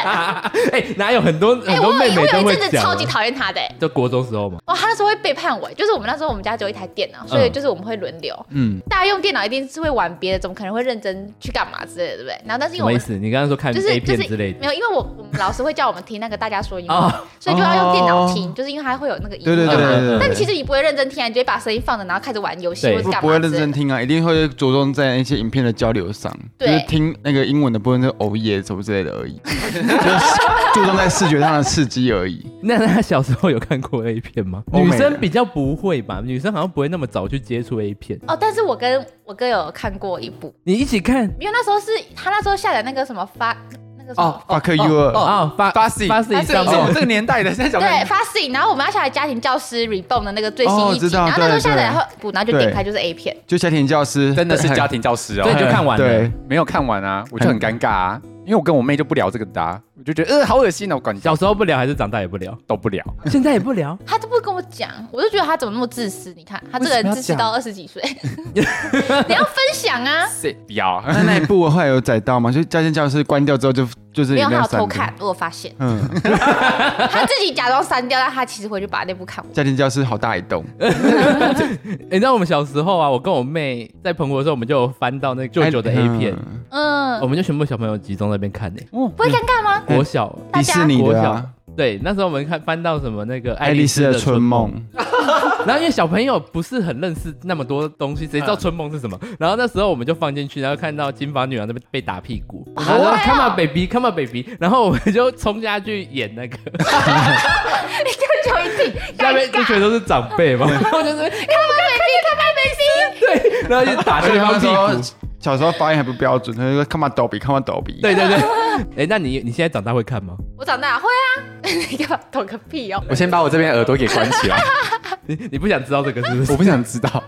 Speaker 2: *laughs* 哎、哪有很多很
Speaker 1: 哎，
Speaker 2: 多
Speaker 1: 我
Speaker 2: 妹
Speaker 1: 有
Speaker 2: 妹
Speaker 1: 我有
Speaker 2: 都
Speaker 1: 一
Speaker 2: 会
Speaker 1: 阵子
Speaker 2: 讲啊、
Speaker 1: 超级讨厌他的、欸，
Speaker 2: 就国中时候嘛，
Speaker 1: 哇，他那时候会背叛我，就是我们那时候我们家只有一台电脑，所以就是我们会轮流，
Speaker 3: 嗯，
Speaker 1: 大家用电脑一定是会玩别的，怎么可能会认真去干嘛之类的，对不对？然后但是因为
Speaker 2: 什
Speaker 1: 我
Speaker 2: 么意
Speaker 1: 们
Speaker 2: 思？你刚刚说看
Speaker 1: 就是
Speaker 2: A
Speaker 1: 就
Speaker 2: 片
Speaker 1: 是
Speaker 2: 之类的
Speaker 1: 没有，因为我我们老师会叫我们听那个大家说英文，
Speaker 2: 哦
Speaker 1: 所以就要用电脑听，就是因为它会有那个音
Speaker 3: 对对对
Speaker 1: 嘛
Speaker 3: 对对
Speaker 1: 但
Speaker 3: 对
Speaker 1: 你其实你不会认真听啊，你就会把声音放着，然后开始玩游戏
Speaker 2: 对
Speaker 1: 或者
Speaker 3: 不
Speaker 1: 干
Speaker 3: 不
Speaker 1: 嘛
Speaker 3: 会
Speaker 1: 之
Speaker 3: 认
Speaker 1: 类的
Speaker 3: 真。听啊，一定会着重在一些影片的交流上，就
Speaker 1: 对
Speaker 3: 是听那个英文的部分，就哦耶什么之类的而已，就是注重在视觉上的刺激而已。
Speaker 2: 那那他小时候有看过 A 片吗？
Speaker 3: 欧
Speaker 2: 女
Speaker 3: 美的
Speaker 2: 生比较不会吧，女生好像不会那么早去接触 A 片。
Speaker 1: 哦，但是我跟我哥有看过一部，
Speaker 2: 你一起看
Speaker 1: 因为那时候是他那时候下载那个什么发那个什么
Speaker 4: 哦
Speaker 3: Fuck you！呃
Speaker 4: 哦
Speaker 2: 啊，发
Speaker 4: 发誓，
Speaker 2: 发誓
Speaker 4: 这
Speaker 2: 上
Speaker 4: 个是
Speaker 3: 哦
Speaker 2: 面
Speaker 4: 我们这个年代的，现在小朋
Speaker 1: 对
Speaker 4: 友，
Speaker 1: 发信，然后我们要下载家庭教师 Reborn 的那个最新
Speaker 3: 哦
Speaker 1: 一集，
Speaker 3: 知道
Speaker 1: 然后那时候
Speaker 3: 对
Speaker 1: 下载然
Speaker 3: 对
Speaker 1: 后补，然后就
Speaker 3: 对
Speaker 1: 点开就是 A 片，
Speaker 3: 就家庭教师
Speaker 4: 真的是
Speaker 3: *laughs*
Speaker 4: 家庭教师
Speaker 2: 所以
Speaker 4: 哦。
Speaker 2: 你就看完了
Speaker 4: *laughs*
Speaker 3: 对。，
Speaker 4: 没有看完啊，我就很尴尬啊，因为我跟我妹就不聊这个的啊，我就觉得呃好恶心哦，我管教
Speaker 2: 小时候不聊，还是长大也不聊，
Speaker 4: 都不聊。
Speaker 2: 现在也不聊。
Speaker 1: 他都不跟我讲，我就觉得他怎么那么自私？你看他这个
Speaker 4: 为
Speaker 1: 人
Speaker 4: 什么要
Speaker 1: 自私
Speaker 4: 讲
Speaker 1: 到二十几岁， *laughs* 你要分享啊！
Speaker 4: 谁不要？
Speaker 3: 那那一部我后来有载到吗？就家庭教师关掉之后就就是
Speaker 1: 没有，他有
Speaker 3: 删
Speaker 1: 偷
Speaker 3: 的
Speaker 1: 看，我有发现
Speaker 3: 嗯，
Speaker 1: *laughs* 他自己假装删掉，但他其实回去把那部看完。
Speaker 3: 家庭教师好大一栋，
Speaker 2: *laughs* 你知道我们小时候啊，我跟我妹在澎湖的时候，我们就有翻到那个舅舅的 A 片，
Speaker 3: 嗯
Speaker 2: 我
Speaker 1: 嗯，
Speaker 2: 们就全部小朋友集中在那边看呢。
Speaker 1: 不会尴尬吗？ *laughs*
Speaker 2: 国小
Speaker 1: 大
Speaker 3: 迪
Speaker 1: 家
Speaker 3: 士尼
Speaker 2: 国
Speaker 3: 哦的
Speaker 2: 小
Speaker 3: 啊，
Speaker 2: 对，那时候我们看翻到什么那个
Speaker 3: 爱丽丝的春
Speaker 2: 梦，
Speaker 3: 梦，
Speaker 2: 然后因为小朋友不是很认识那么多东西，谁知道春梦是什么？然后那时候我们就放进去，然后看到金发女郎那边被打屁股，
Speaker 1: 哦
Speaker 2: 然后说
Speaker 1: 啊
Speaker 2: “Come on baby, come on baby”，然后我们就冲下去演那个，
Speaker 1: 你给我就一定
Speaker 2: 下面就全都是长辈嘛， *laughs* 然后就是对，然后就打
Speaker 3: 而
Speaker 2: 对
Speaker 3: 且啊他
Speaker 2: 方
Speaker 3: 们
Speaker 2: 屁股
Speaker 4: 啊
Speaker 3: 说。小时候发音还不标准，他就说 “come on 逗比，come on 逗比”。
Speaker 2: *laughs* 对对对，哎、那你你现在长大会看吗？
Speaker 1: 我长大会啊， *laughs* 你给我懂个屁哦！
Speaker 4: *laughs* 我先把我这边耳朵给关起 *laughs* 来，
Speaker 2: 你你不想知道这个是不是 *laughs*
Speaker 4: 我？不想知道。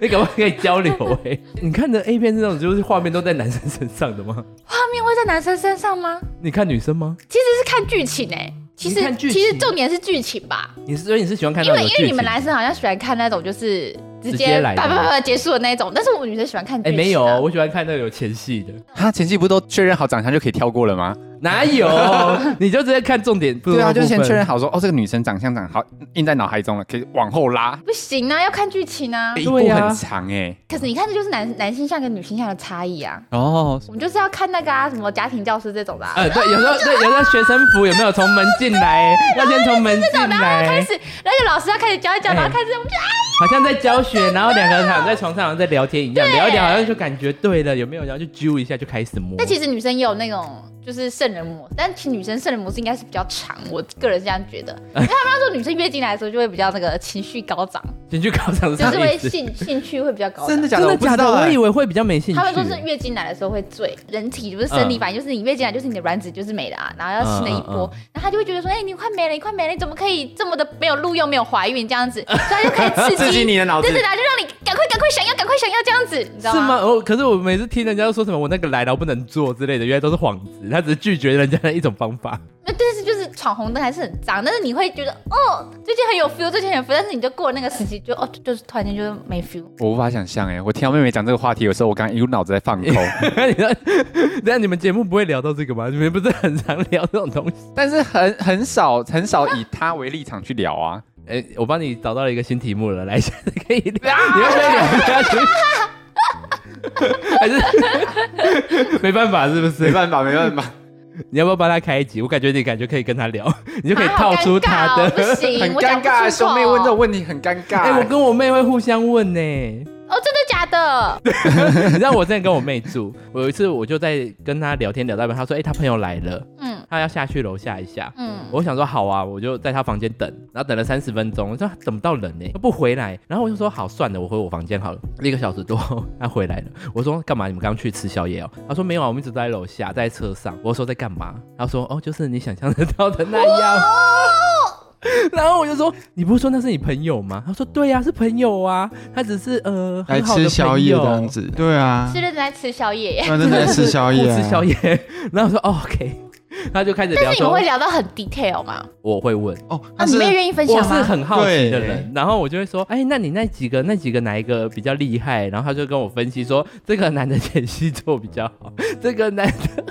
Speaker 2: 你可不可以交流、哎，你看的 A 片是那种就是画面都在男生身上的吗？
Speaker 1: 画面会在男生身上吗？
Speaker 2: 你看女生吗？
Speaker 1: 其实是看剧情哎、其实
Speaker 2: 你看剧情
Speaker 1: 其实重点是剧情吧，
Speaker 2: 你是所以你是喜欢看
Speaker 1: 因
Speaker 2: 到
Speaker 1: 为
Speaker 2: 有
Speaker 1: 因
Speaker 2: 剧
Speaker 1: 为
Speaker 2: 情？
Speaker 1: 你们男生好像喜欢看那种就是直
Speaker 2: 直接
Speaker 1: 接
Speaker 2: 来的
Speaker 1: 叭叭叭叭结束的那种，但是我们女生喜欢看剧
Speaker 2: 哎、
Speaker 1: 情、啊
Speaker 2: 没有哦，，我喜欢看那个有前戏的。
Speaker 4: 他前期不都确认好长相就可以跳过了吗？
Speaker 2: 哪有？你就直接看重点。
Speaker 4: 对啊，就是先确认
Speaker 2: 好。
Speaker 4: 好说，哦，这个女生长相长好，印在脑海中了，可以往后拉。
Speaker 1: 不行啊，要看剧情啊
Speaker 4: 哎。一步
Speaker 2: 对啊
Speaker 4: 很长哎。
Speaker 1: 可是你看，这就是男男性向跟女性向的差异啊。
Speaker 4: 哦，
Speaker 1: 我们就是要看那个啊，什么家庭教师这种的、啊。
Speaker 2: 呃，对，有时候对，有时候学生服有没有从门进来？要先从门进
Speaker 1: 然后要开
Speaker 2: 来，
Speaker 1: 始，那个老师要开始教一教，
Speaker 2: 哎
Speaker 1: 然后开始我们就啊，
Speaker 2: 好像在教学，然后两个人躺在床上，好像在聊天一样，聊一聊，好像就感觉对了，有没有？然后就揪一下就开始摸。
Speaker 1: 但其实女生也有那种就是圣人模式，但其实女生圣人模式应该是比较长，我个人是这样觉得。因为他们说女生月经来的时候就会比较那个情绪高涨，
Speaker 2: 先去考场
Speaker 1: 就是
Speaker 2: 上
Speaker 1: 会
Speaker 2: 意思。
Speaker 1: 兴兴趣会比较高涨。
Speaker 4: 真的假
Speaker 2: 真的
Speaker 4: 的？我不
Speaker 2: 假
Speaker 4: 知
Speaker 2: 的？
Speaker 4: 道
Speaker 2: 我
Speaker 4: 哎
Speaker 2: 以。为会比较没兴趣。
Speaker 1: 他们说是月经来的时候会醉，人体就是生理反
Speaker 4: 嗯
Speaker 1: 应，就是你月经来就是你的卵子就是没了、啊，然后要新的一波，
Speaker 2: 嗯嗯
Speaker 1: 然后他就会觉得说，哎、你快没了，你快没了，你怎么可以这么的没有录用，没有怀孕这
Speaker 4: *laughs*
Speaker 1: 样子，所以他就可以
Speaker 4: 刺激你的脑子
Speaker 1: 对对对，就让你赶快赶快想要，赶快想要这样子，你知道
Speaker 2: 是吗？？哦，可是我每次听人家说什么我那个来了我不能做之类的，原来都是幌子，他只是拒绝人家的一种方法。 *laughs*
Speaker 1: 那但是就是闯红灯还是很脏，但是你会觉得哦，最近很有 feel，最近很有 feel，但是你就过了那个时期，就哦，就就是突然间就没 feel。
Speaker 4: 我无法想象哎，我听到妹妹讲这个话题，有时候我刚刚一股脑子在放 *laughs* 空，
Speaker 2: 你看，那你们节目不会聊到这个吗？你们不是很常聊这种东西？
Speaker 4: 但是很很少很少以她为立场去聊 *laughs* 啊。
Speaker 2: 哎、我帮你找到了一个新题目了，来，下 *laughs* 次可以聊，
Speaker 4: 啊
Speaker 2: 你要不要聊下去？还是没办法，是不是？
Speaker 4: 办法，没办法，
Speaker 2: 你要不要帮他开一集？我感觉你感觉可以跟他聊， *laughs* 你就可以
Speaker 1: 啊
Speaker 2: 套出他
Speaker 1: 好尴尬哦不
Speaker 2: 的。
Speaker 1: 行，
Speaker 4: 很
Speaker 1: 我讲
Speaker 4: 尴
Speaker 1: 不
Speaker 4: 尬。
Speaker 1: 出口
Speaker 4: 兄妹问这种问题很尴尬。
Speaker 2: *laughs* 哎、我跟我妹会互相问呢、
Speaker 1: 哦，真的假的？
Speaker 2: 你知道我之前跟我妹住，我有一次我就在跟她聊天聊到一半，她说：“哎、她朋友来了，
Speaker 1: 嗯
Speaker 2: 她要下去楼下一下。”
Speaker 1: 嗯，
Speaker 2: 我想说好啊，我就在她房间等，然后等了三十分钟，我说等不到人呢、都不回来。然后我就说好，算了，我回我房间好了。一个小时多， *laughs* 她回来了。我说干嘛？你们刚去吃宵夜哦？她说没有啊，我们一直都在楼下，在车上。我说在干嘛？她说哦，就是你想象得到的那样。 *laughs* 然后我就说，你不是说那是你朋友吗？她说对呀、是朋友啊，她只是呃
Speaker 3: 来
Speaker 2: 很好的
Speaker 3: 吃宵夜
Speaker 2: 朋友
Speaker 3: 这样子。对啊
Speaker 1: 是，认真在吃宵夜耶。
Speaker 3: 那真的在吃宵夜啊，
Speaker 2: *laughs* 不吃宵夜。然后我说、哦、OK，他就开始聊
Speaker 1: 但是你们
Speaker 2: 说
Speaker 1: 会，聊到很 detail 吗？
Speaker 2: 我会问，
Speaker 3: 哦，
Speaker 1: 那
Speaker 3: 但
Speaker 1: 你
Speaker 3: 是
Speaker 1: 们也愿意分享
Speaker 2: 我是
Speaker 1: 吗？
Speaker 2: 很好奇的
Speaker 3: 对
Speaker 2: 人，然后我就会说，哎，那你那几个那几个哪一个比较厉害？然后他就跟我分析说，这个男的前戏做比较好，
Speaker 1: 嗯
Speaker 2: 这个男的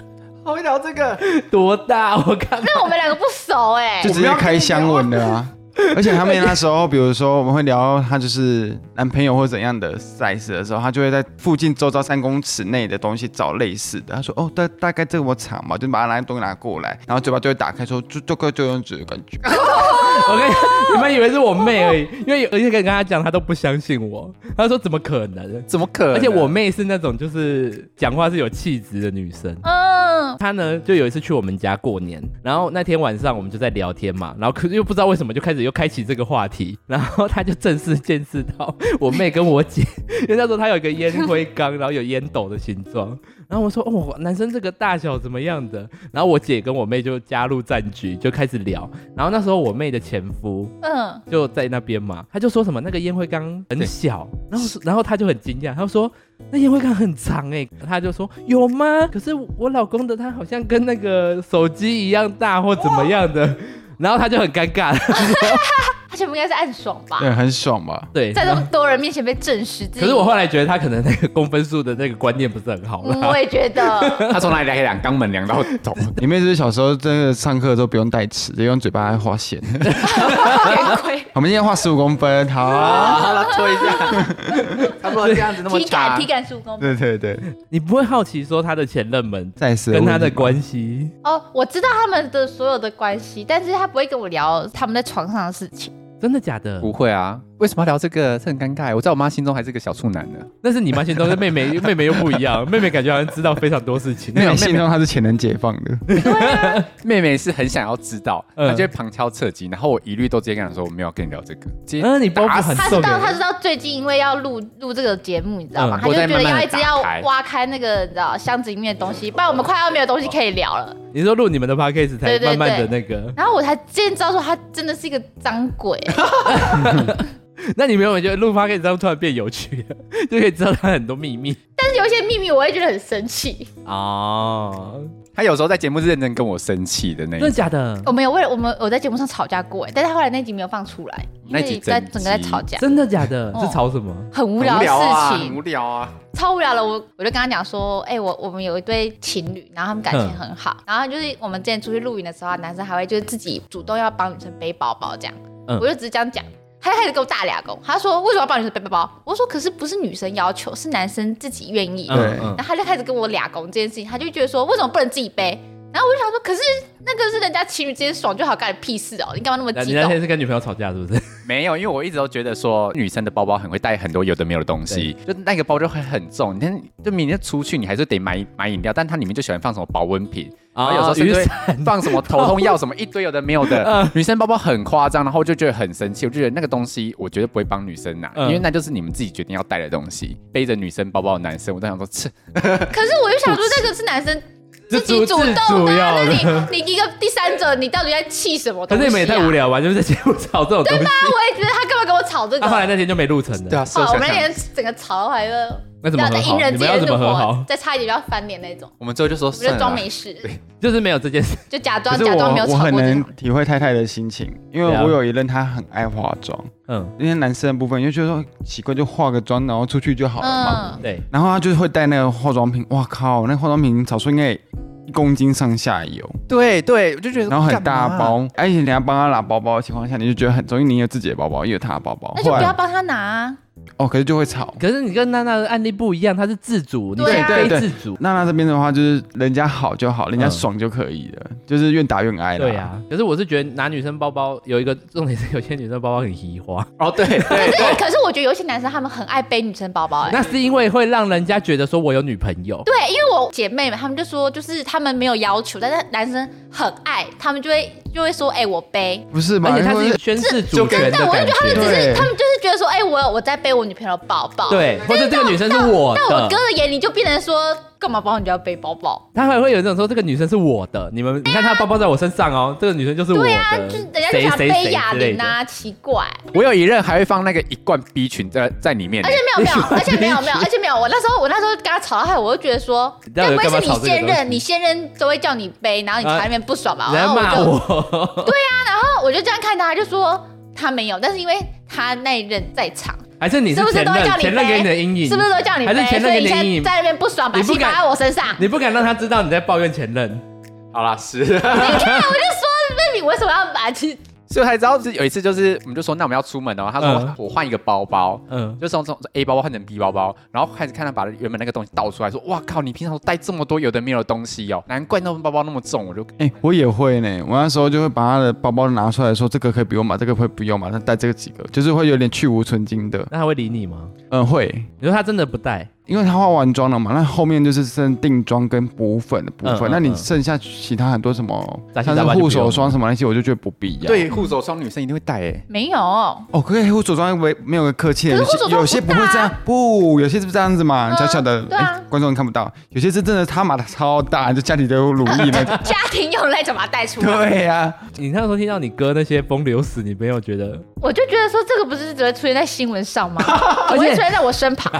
Speaker 4: 好聊这个，
Speaker 2: 多大？我看
Speaker 1: 那我们两个不熟哎、
Speaker 3: 就直接开香吻的啊。而且他们那时候，比如说我们会聊他就是男朋友或怎样的 size 的时候，他就会在附近周遭三公尺内的东西找类似的。他说：“哦，大大概这么长吧，就把他拿东西拿过来，然后嘴巴就会打开说，就就就就用嘴的感觉。
Speaker 2: 我跟你你们以为是我
Speaker 1: *laughs*
Speaker 2: 妹而已，因为而且跟他讲，他都不相信我，他说怎么可能？
Speaker 4: 怎么可能？
Speaker 2: 而且我妹是那种就是讲话是有气质的女生，
Speaker 1: 嗯，
Speaker 2: 他呢，就有一次去我们家过年，然后那天晚上我们就在聊天嘛，然后可是又不知道为什么就开始又开启这个话题， *laughs* 然后他就正式见识到我妹跟我姐， *laughs* 因为那时候她有一个烟灰缸，然后有烟斗的形状，然后我说哦，男生这个大小怎么样的，然后我姐跟我妹就加入战局，就开始聊，然后那时候我妹的前夫
Speaker 1: 嗯，
Speaker 2: 就在那边嘛，他就说什么那个烟灰缸很小，然后然后他就很惊讶，他说那烟灰缸很长哎、他就说有吗？可是我老公的他好像跟那个手机一样大或怎么
Speaker 1: *laughs*
Speaker 2: 样的，然后他就很尴尬，
Speaker 1: 他全部应该是暗爽吧？
Speaker 3: 对，很爽吧？
Speaker 2: 对。
Speaker 1: 在这
Speaker 2: 然
Speaker 1: *laughs*
Speaker 2: 后
Speaker 1: 么多人面前被证实自己，
Speaker 2: 可是我后来觉得他可能那个公分数的那个观念不是很好
Speaker 1: 嗯，
Speaker 2: 啦
Speaker 1: 我，也觉得，
Speaker 4: 她从哪里来量肛门量到头？
Speaker 3: 你妹是不是小时候真的上课都不用带尺，直接用嘴巴来画线。 *laughs* 我们今天画十五公分，好、
Speaker 4: *laughs*
Speaker 3: 啊。
Speaker 4: 好了，搓一下，差不多这样子那么
Speaker 1: 体感
Speaker 4: 长
Speaker 1: 体。感叔公
Speaker 3: 对对对，
Speaker 2: 你不会好奇说他的前任们
Speaker 3: 再次
Speaker 2: 跟他
Speaker 3: 问
Speaker 2: 的
Speaker 3: 你
Speaker 2: 关系？
Speaker 1: 哦，我知道他们的所有的关系，但是他不会跟我聊他们在床上的事情。
Speaker 2: 真的假的？
Speaker 4: 不会啊，为什么要聊这个？这很尴尬。我在我妈心中还是个小处男呢。
Speaker 2: 那是你妈心中的妹妹，妹妹又不一样，妹妹感觉好像知道非常多事情。
Speaker 3: 妹妹
Speaker 2: 妹
Speaker 3: 心中她是潜能解放
Speaker 1: *laughs*
Speaker 3: 的，
Speaker 4: 妹妹是很想要知道，
Speaker 2: 嗯
Speaker 4: 她就会旁敲侧击，然后我一律都直接跟她说我没有跟你聊这个。直接
Speaker 2: 嗯，你包袱很
Speaker 1: 他
Speaker 2: 重
Speaker 1: 知
Speaker 2: 欸的
Speaker 1: 道，他知道最近因为要录录这个节目，你知道吗？
Speaker 2: 嗯
Speaker 1: 他就
Speaker 4: 我在
Speaker 1: 觉得
Speaker 4: 慢慢
Speaker 1: 要
Speaker 4: 地
Speaker 1: 一直要
Speaker 4: 打开
Speaker 1: 挖开那个你知道箱子里面的东西，不然我们快要没有东西可以聊了。
Speaker 2: 你说录你们的 podcast 才
Speaker 1: 对对
Speaker 2: 慢慢的
Speaker 1: 对
Speaker 2: 那个， *laughs*
Speaker 1: 然后我才渐知道说他真的是一个脏鬼， *laughs*
Speaker 2: 那你没有觉得录 podcast 这样突然变有趣 *laughs* 了，就可以知道他很多秘密
Speaker 1: 但是有一些秘密我会觉得很生气。
Speaker 2: 哦？
Speaker 4: 她有时候在节目是认真跟我生气的那一
Speaker 2: 真的
Speaker 4: 种。
Speaker 2: 假的？
Speaker 1: 我们有为了我们我在节目上吵架过，哎，但是他后来那集没有放出来，因
Speaker 4: 那
Speaker 1: 为
Speaker 4: 集
Speaker 1: 在
Speaker 4: 整
Speaker 1: 整个在
Speaker 4: 集
Speaker 1: 吵架，
Speaker 2: 真的假的？
Speaker 1: 哦
Speaker 2: 是吵什么？
Speaker 1: 很无
Speaker 4: 无
Speaker 1: 聊的
Speaker 4: 聊啊
Speaker 1: 事
Speaker 4: 很
Speaker 1: 情
Speaker 4: 无，聊啊！
Speaker 1: 超无聊了，我我就跟他讲说，哎、我我们有一对情侣，然后他们感情很好，
Speaker 4: 嗯
Speaker 1: 然后就是我们之前出去露营的时候啊，男生还会就是自己主动要帮女生背包包这样，
Speaker 2: 嗯
Speaker 1: 我就只是这样讲。他就开始给我大俩工，他说为什么要帮女生背包包？我说可是不是女生要求，是男生自己愿意的。
Speaker 3: 对
Speaker 2: 嗯
Speaker 1: 然后他就开始跟我俩工这件事情，他就觉得说为什么不能自己背？然后我就想说，可是那个是人家情侣之间爽就好，干你屁事哦，你干嘛那么
Speaker 2: 那
Speaker 1: 激
Speaker 2: 你那
Speaker 1: 动
Speaker 2: 天？是跟女朋友吵架是不是？ *laughs*
Speaker 4: 没有，因为我一直都觉得说女生的包包很会带很多有的没有的东西，就那个包就会很重。你看，就明天出去你还是得买买饮料，但它里面就喜欢放什么保温瓶，
Speaker 1: 啊
Speaker 4: 然后有时候甚
Speaker 2: 雨
Speaker 4: 至
Speaker 2: 伞
Speaker 4: 会放什么头痛药什么一堆有的没有
Speaker 1: *laughs* 嗯
Speaker 4: 的。女生包包很夸张，然后我就觉得很生气，我就觉得那个东西我绝对不会帮女生拿，
Speaker 2: 嗯
Speaker 4: 因为那就是你们自己决定要带的东西。背着女生包包的男生，我在想说，切，
Speaker 1: *laughs* 可是我就想说，那个是
Speaker 2: *laughs*
Speaker 1: 男生自己
Speaker 2: 自
Speaker 1: 主
Speaker 2: 主自
Speaker 1: 动
Speaker 2: 主
Speaker 1: 的、
Speaker 2: 要
Speaker 1: 啊，
Speaker 2: 的
Speaker 1: 那你你一个第三者，你到底在气什么
Speaker 2: *laughs* 可
Speaker 1: 东西、啊？
Speaker 2: 是你们也太无聊吧，就是在节目吵这种东西。 *laughs*
Speaker 1: 那我也觉得他干嘛跟我吵这个？
Speaker 2: 那 *laughs* 后来那天就没录成
Speaker 4: 对
Speaker 2: 了，
Speaker 4: 啊，
Speaker 1: 哇，我
Speaker 4: 设
Speaker 1: 们那
Speaker 4: 想
Speaker 1: 天整个吵到来了，
Speaker 2: 那怎么
Speaker 1: 然后
Speaker 2: 和
Speaker 1: 在
Speaker 2: 好
Speaker 1: 阴？人
Speaker 2: 你
Speaker 1: 之
Speaker 2: 们要
Speaker 1: 间
Speaker 2: 怎么和好？
Speaker 1: 再差一点就要翻脸那种，
Speaker 4: 我们最后就说
Speaker 1: 我们就
Speaker 4: 算
Speaker 1: 装
Speaker 4: 了啦，啊
Speaker 1: 没事，
Speaker 2: 就是没有这件事。
Speaker 1: 就假
Speaker 3: 可
Speaker 1: 装
Speaker 3: 是
Speaker 1: 假装没有
Speaker 3: 我我
Speaker 1: 吵
Speaker 3: 很
Speaker 1: 过这
Speaker 3: 能
Speaker 1: 种。
Speaker 3: 体会太太的心情，因
Speaker 2: 对
Speaker 3: 为
Speaker 2: 啊
Speaker 3: 我有一任她很爱化妆，
Speaker 2: 嗯，
Speaker 3: 那些男生的部分你就觉得说哦奇怪，就化个妆然后出去就好了嘛。
Speaker 1: 嗯，
Speaker 2: 对，
Speaker 3: 然后他就是会带那个化妆品，哇靠，那化妆品少说应该也一公斤上下有，
Speaker 4: 对对，我就觉得
Speaker 3: 然后很大
Speaker 4: 干嘛啊
Speaker 3: 包，而且人家帮他拿包包的情况下，你就觉得很重，因为你有自己的包包，也有他的包包，
Speaker 1: 那就
Speaker 3: 后
Speaker 1: 不
Speaker 3: 来
Speaker 1: 要帮他拿啊。
Speaker 3: 哦，可是就会吵。
Speaker 2: 可是你跟娜娜的案例不一样，她是自主，你
Speaker 1: 对
Speaker 2: 是
Speaker 1: 啊
Speaker 2: 非
Speaker 3: 对
Speaker 2: 自主。
Speaker 3: 娜娜这边的话，就是人家好就好，人家
Speaker 2: 嗯
Speaker 3: 爽就可以了，就是愿打愿挨啦。
Speaker 2: 对啊，可是我是觉得拿女生包包有一个重点是，有些女生包包很移花，
Speaker 4: 哦，对对
Speaker 1: 可
Speaker 4: 对，
Speaker 1: 是可是我觉得有些男生他们很爱背女生包包，哎。
Speaker 2: *laughs* 那是因为会让人家觉得说我有女朋友。
Speaker 1: 对，因为我姐妹们，她们就说，就是她们没有要求，但是男生很爱，她们就会就会说，哎、我背。
Speaker 3: 不是吧？
Speaker 2: 而且它
Speaker 3: 因
Speaker 2: 是
Speaker 3: 为
Speaker 2: 一个宣示主权的
Speaker 1: 但我就
Speaker 2: 感
Speaker 1: 觉得他们只
Speaker 2: 觉，
Speaker 1: 是，
Speaker 3: 对
Speaker 1: 他们就是觉得说，哎、我我在背我女朋友的包包。
Speaker 2: 对，或者这个女生是我
Speaker 1: 但我
Speaker 2: 的
Speaker 1: 哥，的眼里就变成说，干嘛帮你就要背包包？
Speaker 2: 他还会有一种说这个女生是我的，你们你看她包包在我身上哦，这个女生就是我
Speaker 1: 对啊，
Speaker 2: 的，
Speaker 1: 就是人家就
Speaker 2: 谁
Speaker 1: 想
Speaker 2: 谁
Speaker 1: 背
Speaker 2: 谁
Speaker 1: 哑
Speaker 2: 之类
Speaker 1: 铃
Speaker 2: 的。
Speaker 1: 啊，奇怪。
Speaker 4: 我有一任还会放那个一罐 B 群在在里面呢，
Speaker 1: 而且没有没有，而且没有
Speaker 2: 你
Speaker 1: 没有，而且没有。我那时候我那时候跟他吵到后，我就觉得说
Speaker 2: 你，到
Speaker 1: 该
Speaker 2: 底
Speaker 1: 不会
Speaker 2: 干嘛
Speaker 1: 是你
Speaker 2: 吵 *laughs* 这个
Speaker 1: 现
Speaker 2: 东西
Speaker 1: 任？你现任都会叫你背，然后你
Speaker 2: 啊
Speaker 1: 吵在那边不爽吧？
Speaker 2: 人
Speaker 1: 然
Speaker 2: 家
Speaker 1: 后
Speaker 2: 骂
Speaker 1: 就，
Speaker 2: 我，
Speaker 1: 然后我就这样看他，就说他没有，但是因为他那一任在场，
Speaker 2: *laughs* 还是你
Speaker 1: 是不是
Speaker 2: 前
Speaker 1: 都会叫
Speaker 2: 任？
Speaker 1: 你
Speaker 2: 前任给你的阴
Speaker 1: 背？
Speaker 2: 影，
Speaker 1: 是不是都叫你
Speaker 2: 还
Speaker 1: 背
Speaker 2: 是？前
Speaker 1: 所以
Speaker 2: 任给
Speaker 1: 你
Speaker 2: 你
Speaker 1: 现
Speaker 2: 的阴
Speaker 1: 在
Speaker 2: 影？
Speaker 1: 在那边不爽，把
Speaker 2: 你不
Speaker 1: 气
Speaker 2: 敢
Speaker 1: 发在我身上。
Speaker 2: *laughs* 你不敢让他知道你在抱怨前任，
Speaker 4: 好啦，是。
Speaker 1: 我就说，那你为什么要把气？
Speaker 4: *laughs* 所以我才知道，就是有一次就是我们就说那我们要出门哦，他说、
Speaker 2: 嗯
Speaker 4: 我换一个包包，
Speaker 2: 嗯，
Speaker 4: 就从从 A 包包换成 B 包包，然后开始看他把原本那个东西倒出来，说哇靠，你平常都带这么多有的没有的东西哦，难怪那种包包那么重，我就
Speaker 3: 哎、我也会呢。我那时候就会把他的包包拿出来说，这个可以不用买，这个会不用买，那带这个几个，就是会有点去无存精的。
Speaker 2: 那他会理你吗？
Speaker 3: 嗯，会，
Speaker 2: 你说他真的不带，
Speaker 3: 因为他化完妆了嘛，那后面就是剩定妆跟补粉的部分。
Speaker 2: 嗯嗯
Speaker 3: 那你
Speaker 2: 嗯
Speaker 3: 剩下其他很多什么，
Speaker 2: 杂七
Speaker 3: 像
Speaker 2: 杂八
Speaker 3: 是
Speaker 2: 就不
Speaker 3: 护手
Speaker 2: 用
Speaker 3: 霜什么那些，我就觉得不必要。，
Speaker 4: 对护手霜女生一定会带哎、
Speaker 1: 没有，
Speaker 3: 哦，可以护手霜没没有个客气的，
Speaker 1: 可
Speaker 3: 有
Speaker 1: 是护手
Speaker 3: 些
Speaker 1: 霜
Speaker 3: 有些
Speaker 1: 不
Speaker 3: 不会
Speaker 1: 大啊
Speaker 3: 这样，不，有些是不是这样子嘛，
Speaker 1: 嗯
Speaker 3: 小小的，
Speaker 1: 对啊。
Speaker 3: 哎观众看不到，有些是真的他妈的超大，就家里的乳液那种
Speaker 1: *laughs* 家庭用那种把它带出来。
Speaker 3: 对呀、啊，
Speaker 2: 你那时候听到你哥那些风流史，你没有觉得？
Speaker 1: 我就觉得说这个不是只会出现在新闻上
Speaker 2: *laughs*
Speaker 1: 吗？
Speaker 2: 而
Speaker 1: 不会
Speaker 2: 且
Speaker 1: 出现在我身
Speaker 2: *laughs*
Speaker 1: 旁。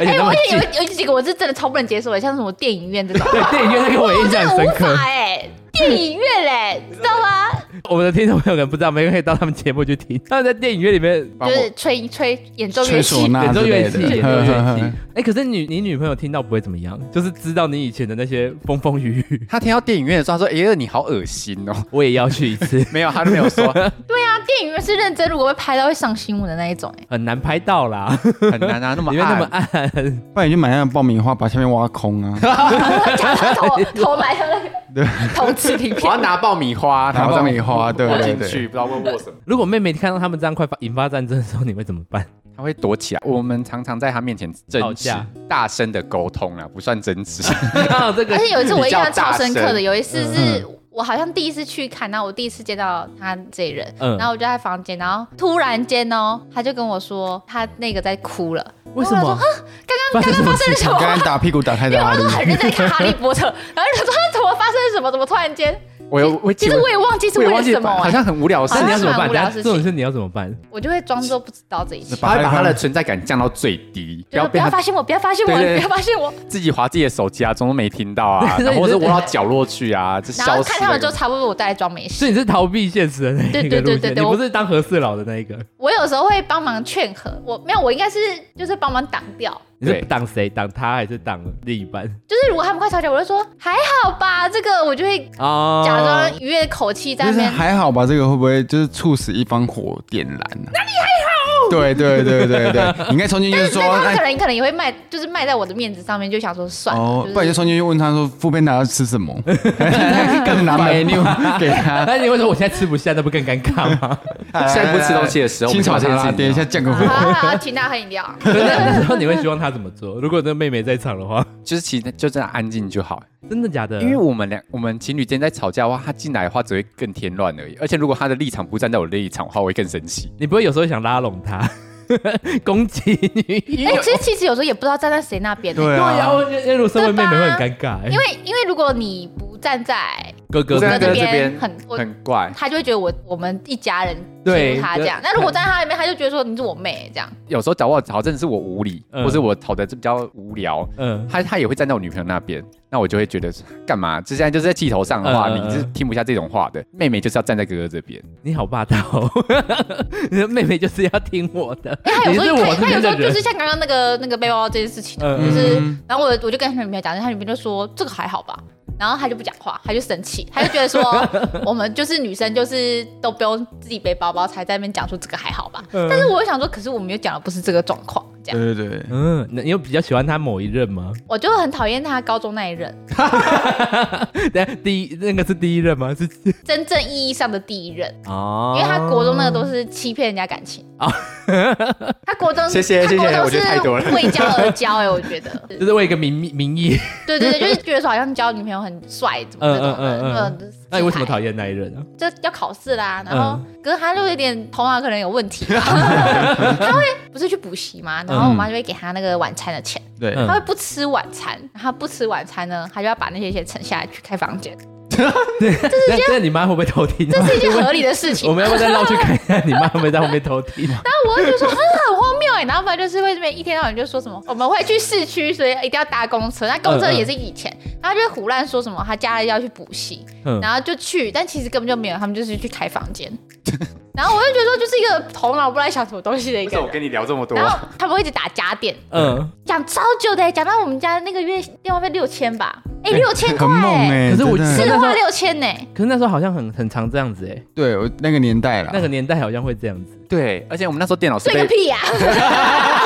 Speaker 2: 而且
Speaker 1: 哎、
Speaker 2: 那么
Speaker 1: 我也
Speaker 2: 近
Speaker 1: 有，有几个我是真的超不能接受的，像什么电影院这种，
Speaker 2: 对 *laughs* 电影院那个我也印
Speaker 1: 真
Speaker 2: 象
Speaker 1: 的
Speaker 2: 很
Speaker 1: 无
Speaker 2: 深刻
Speaker 1: 法。哎、电影院嘞、知道吗？
Speaker 2: 我们的听众朋友可能不知道，没可以到他们节目去听。他们在电影院里面
Speaker 3: 帮
Speaker 1: 就
Speaker 3: 我
Speaker 1: 是吹吹演奏乐
Speaker 3: 吹唢
Speaker 1: 器，
Speaker 3: 呐
Speaker 2: 演奏
Speaker 3: 之
Speaker 2: 乐
Speaker 3: 类
Speaker 2: *laughs* 器，
Speaker 3: 的，。
Speaker 2: 演奏乐器哎，可是你你女朋友听到不会怎么样，就是知道你以前的那些风风雨雨， *laughs*
Speaker 4: 他听到电影院的时候，他说哎呀、你好恶心哦， *laughs*
Speaker 2: 我也要去一次。 *laughs*
Speaker 4: 没有，他都没有说，
Speaker 1: 对啊，电影院是认真，如果被拍到会上新闻的那一种、哎，
Speaker 2: 很难拍到啦， *laughs*
Speaker 4: 很难啊，那么
Speaker 2: 里面那么暗，
Speaker 3: 不然你就买那种爆米花，把下面挖空 *laughs* 啊，
Speaker 1: 假装头头埋到那个头吃平
Speaker 4: 我要
Speaker 1: 片，
Speaker 4: 拿爆米花，
Speaker 3: 拿爆米花对
Speaker 4: 握
Speaker 3: 对
Speaker 4: 进
Speaker 3: 对
Speaker 4: 去，不知道握握什么，
Speaker 2: 如果妹妹看到他们这样快发引发战争的时候，你会怎么办？
Speaker 4: 他会躲起来。我们常常在他面前
Speaker 2: 吵
Speaker 4: 争执
Speaker 2: 架，
Speaker 4: 大声的沟通啊，不算争执。
Speaker 2: 啊， *laughs* 这个
Speaker 1: 而且有一次我印象
Speaker 4: 比较
Speaker 1: 超
Speaker 4: 大
Speaker 1: 深刻的，
Speaker 4: 声
Speaker 1: 有一次是。我好像第一次去看，然后我第一次见到他这人，
Speaker 2: 嗯
Speaker 1: 然后我就在房间，然后突然间哦，他就跟我说他那个在哭了，
Speaker 2: 为什么？
Speaker 1: 刚刚发生了什么
Speaker 3: 刚？刚打屁股打太
Speaker 1: 因为
Speaker 3: 大
Speaker 1: 我
Speaker 3: 力
Speaker 1: 都，很认真地看《哈利波特》， *laughs* 然后就想说啊他怎么发生了什么？怎么突然间？
Speaker 4: *laughs* 我有，呃我
Speaker 1: 其
Speaker 4: 请
Speaker 1: 实
Speaker 4: 问
Speaker 1: 我也忘记是
Speaker 4: 我
Speaker 1: 为
Speaker 4: 也
Speaker 1: 了
Speaker 4: 忘记
Speaker 1: 什么、
Speaker 4: 好
Speaker 1: 哎
Speaker 4: 像很无聊的事
Speaker 2: 那你
Speaker 4: 情
Speaker 1: 像。
Speaker 2: 要怎么
Speaker 1: 好像是蛮
Speaker 2: 办？
Speaker 1: 无聊
Speaker 2: 等
Speaker 1: 的事
Speaker 2: 下这
Speaker 1: 情
Speaker 2: 种事你要怎么办？
Speaker 1: 我就会装作不知道这一切，
Speaker 4: 他会把他的存在感降到最低，不
Speaker 1: 就
Speaker 4: 要
Speaker 1: 是不
Speaker 4: 被
Speaker 1: 要
Speaker 4: 他
Speaker 1: 发现我，不要发现我，
Speaker 4: 对对对
Speaker 1: 不要发现我。
Speaker 4: 自己划自己的手机啊，装作没听到啊，
Speaker 2: 对
Speaker 4: 然后或
Speaker 2: 对
Speaker 4: 者
Speaker 2: 对
Speaker 4: 窝到角落去啊，就
Speaker 1: 然
Speaker 4: 消
Speaker 1: 后
Speaker 4: 失。
Speaker 1: 看他们就差不多，我再来装没事。
Speaker 2: 所以你是逃避现实的那一
Speaker 1: 对对
Speaker 2: 个
Speaker 1: 对
Speaker 2: 路线
Speaker 1: 对对
Speaker 2: 你
Speaker 1: 我
Speaker 2: 不是当和事佬的那一个，
Speaker 1: 我有时候会帮忙劝和，我没有，我应该是就是帮忙挡掉。
Speaker 2: 你是
Speaker 4: 对
Speaker 2: 挡谁？挡他还是挡另一半？
Speaker 1: 就是如果他们快吵起来，我就说还好吧，这个我就会
Speaker 2: 哦
Speaker 1: 假装愉悦的口气在
Speaker 3: 就
Speaker 1: 那
Speaker 3: 是
Speaker 1: 边。
Speaker 3: 还好吧，这个会不会就是促使一方火点燃呢、那你还好。对对对对对， *laughs* 你应该冲进去说，
Speaker 1: 他们可
Speaker 3: 哎
Speaker 1: 能可能也会卖，就是卖在我的面子上面，就想说算了，
Speaker 3: 哦
Speaker 1: 就，
Speaker 3: 不然就是冲进去问他说副片拿要吃什么， *laughs* 更拿 *laughs* menu 给他。
Speaker 2: 但你会说我现在吃不下，那不更尴尬
Speaker 1: *laughs*
Speaker 2: 吗？
Speaker 4: 现在不吃东西的时候，
Speaker 3: 清炒
Speaker 4: 我们就
Speaker 3: 茶啦，
Speaker 4: 把这件事情啊
Speaker 3: 点一下酱骨 *laughs*
Speaker 1: 好好好，请大家喝饮料。
Speaker 2: 真的，你说你会希望他怎么做？如果那妹妹在场的话，
Speaker 4: 啊就是其实就这样安静就好。
Speaker 2: *laughs* 真的假的？
Speaker 4: 因为我们两我们情侣间在吵架的话，他进来的话只会更添乱而已。而且如果他的立场不站在我的立场的话，我会更生气。
Speaker 2: 你不会有时候想拉拢他， *laughs* 攻击你？
Speaker 1: 哎、其实其实有时候也不知道站在谁那边、
Speaker 3: 对
Speaker 2: 对呀，
Speaker 3: 啊，
Speaker 2: 我觉得如果身为妹妹会很尴尬，欸
Speaker 1: 因为因为如果你不站在
Speaker 2: 哥哥
Speaker 4: 我
Speaker 1: 在
Speaker 4: 在
Speaker 1: 那
Speaker 4: 这
Speaker 1: 边
Speaker 4: 边
Speaker 1: 很我
Speaker 4: 很怪。
Speaker 1: 他就会觉得我我们一家人欺
Speaker 2: 对
Speaker 1: 负他这样，
Speaker 2: 对
Speaker 1: 那如果站在他那边，他就觉得说你是我妹这样，
Speaker 4: 有时候找我吵，真的是我无理，
Speaker 2: 嗯
Speaker 4: 或者我吵的比较无聊，
Speaker 2: 嗯，
Speaker 4: 他他也会站在我女朋友那边，那我就会觉得干嘛？这现在就是在气头上的话，
Speaker 2: 嗯嗯嗯
Speaker 4: 你是听不下这种话的。妹妹就是要站在哥哥这边，
Speaker 2: 你好霸道 *laughs* 哦，你的妹妹就是要听我的
Speaker 1: 因为，哎他
Speaker 2: 你
Speaker 1: 有时
Speaker 2: 是
Speaker 1: 候
Speaker 2: 我
Speaker 1: 他
Speaker 2: 这
Speaker 1: 他有
Speaker 2: 边
Speaker 1: 时候
Speaker 2: 的
Speaker 1: 就
Speaker 2: 人
Speaker 1: 是。像刚刚那个那个背包这件事情啊，就
Speaker 2: 嗯
Speaker 1: 是
Speaker 3: 嗯
Speaker 1: 然后我我就跟他女朋友讲，他女朋友就说这个还好吧。然后他就不讲话，他就生气，他就觉得说我们就是女生，就是都不用自己背包包才在那边讲说这个还好吧。
Speaker 2: 嗯
Speaker 1: 但是我又想说，可是我们又讲的不是这个状况，这样
Speaker 3: 对对对，
Speaker 2: 嗯，那你有比较喜欢他某一任吗？ *laughs*
Speaker 1: 我就很讨厌他高中那一任，
Speaker 2: 对，第一那个是第一任吗？是 *laughs*
Speaker 1: 真正意义上的第一任。
Speaker 2: 哦，
Speaker 1: 因为他国中那个都是欺骗人家感情
Speaker 2: 哦
Speaker 1: *laughs* 他国中
Speaker 4: 谢谢
Speaker 1: 他国
Speaker 4: 谢谢
Speaker 1: 中
Speaker 4: 我觉得太多了
Speaker 1: 是为交而交哎、我觉得，
Speaker 2: 就是为一个名
Speaker 1: *laughs*
Speaker 2: 名义，
Speaker 1: 对对对，就是觉得说好像交女朋友很帅，怎么这种的，
Speaker 2: 嗯嗯嗯嗯
Speaker 1: 嗯，
Speaker 2: 那你为什么
Speaker 1: 他
Speaker 2: 讨嗯厌那一任啊？
Speaker 1: 这要考试啦，然后、可是他就有点头脑可能有问题，
Speaker 2: *laughs*
Speaker 1: 他会不是去补习嘛，然后我妈就会给他那个晚餐的钱，
Speaker 3: 对，
Speaker 2: 嗯
Speaker 1: 他会不吃晚餐，然后他不吃晚餐呢，他就要把那些钱存下来去开房间，
Speaker 2: 那那你妈会不会偷听啊？
Speaker 1: 这是一件合理的事情
Speaker 2: *laughs* 我。们要不要再绕去看一下你妈会不会在后面偷听？啊
Speaker 1: *laughs* 我就觉得说很很荒谬哎，然后反正就是会这边一天到晚就说什么我们会去市区，所以一定要搭公车。那
Speaker 2: 嗯
Speaker 1: 公车也是以前，然后就胡乱说什么他家里要去补习，
Speaker 2: 嗯，
Speaker 1: 然后就去，但其实根本就没有，他们就是去开房间。 *laughs* 然后我就觉得说，就是一个头脑不知道在想什么东西的一个人。
Speaker 4: 跟你聊这么多
Speaker 1: 然后他们会一直打家电，
Speaker 2: 嗯，
Speaker 1: 讲超久的，讲到我们家那个月电话费六千吧，哎，六千块
Speaker 3: 很猛
Speaker 1: 哎，
Speaker 3: 哎、
Speaker 2: 可是我
Speaker 3: 真
Speaker 2: 是
Speaker 1: 吃
Speaker 3: 的
Speaker 1: 的话六千呢，
Speaker 2: 可是那时候好像很很常这样子哎、
Speaker 3: 对我那个年代啦，
Speaker 2: 那个年代好像会这样子， *laughs*
Speaker 4: 对，而且我们那时候电脑是
Speaker 1: 睡个
Speaker 4: 被
Speaker 1: 屁啊呀！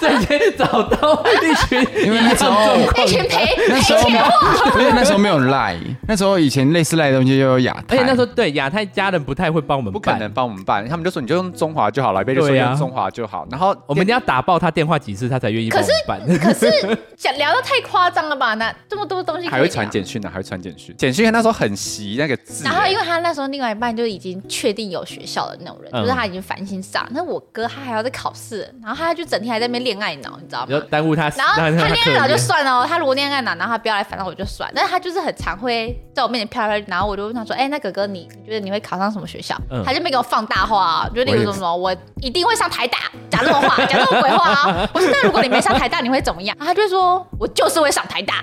Speaker 2: 瞬间找到一群
Speaker 3: 因为哦
Speaker 2: 一
Speaker 3: 那
Speaker 2: 样
Speaker 3: 时候
Speaker 2: 状
Speaker 1: 一
Speaker 2: 况。
Speaker 1: 群陪
Speaker 3: 那
Speaker 1: 陪
Speaker 3: 时
Speaker 1: 钱
Speaker 3: *laughs* 候没有，不是那时候没有赖，那时候以前类似赖的东西就有亚太，
Speaker 2: 而且那时候对亚太家人不太会帮我们
Speaker 4: 不可
Speaker 2: 办，
Speaker 4: 能帮我们办，他们就说你就用中华就好了，被就说
Speaker 2: 对啊
Speaker 4: 用中华就好。然后
Speaker 2: 我们一定要打爆他电话几次，他才愿意帮我们办。 *laughs*
Speaker 1: 可是想聊的太夸张了吧？那这么多东西可以
Speaker 4: 还会
Speaker 1: 聊
Speaker 4: 传简讯啊呢，还会传简讯，简讯那时候很习那个字。
Speaker 1: 然后因为他那时候另外一半就已经确定有学校的那种人，
Speaker 2: 嗯
Speaker 1: 就是他已经烦心上。那我哥他还要再考试，然后他就整天还在那边恋爱脑，你知道
Speaker 2: 要
Speaker 1: 吗？
Speaker 2: 耽误他，
Speaker 1: 然后他
Speaker 2: 让
Speaker 1: 恋爱
Speaker 2: 课
Speaker 1: 脑
Speaker 2: 业
Speaker 1: 就算了哦，他如果恋爱脑，然后他不要来烦到我就算。但是他就是很常会在我面前飘来飘去，然后我就问他说：“哎、那哥哥你，你觉得你会考上什么学校？”
Speaker 2: 嗯
Speaker 1: 他就没给我放大话、哦，就例
Speaker 3: 我
Speaker 1: 如
Speaker 3: 也
Speaker 1: 什么什么我一定会上台大，讲这种话，讲这种鬼话啊、我说：“那如果你没上台大，你会怎么样？”然后他就说：“我就是会上台大。”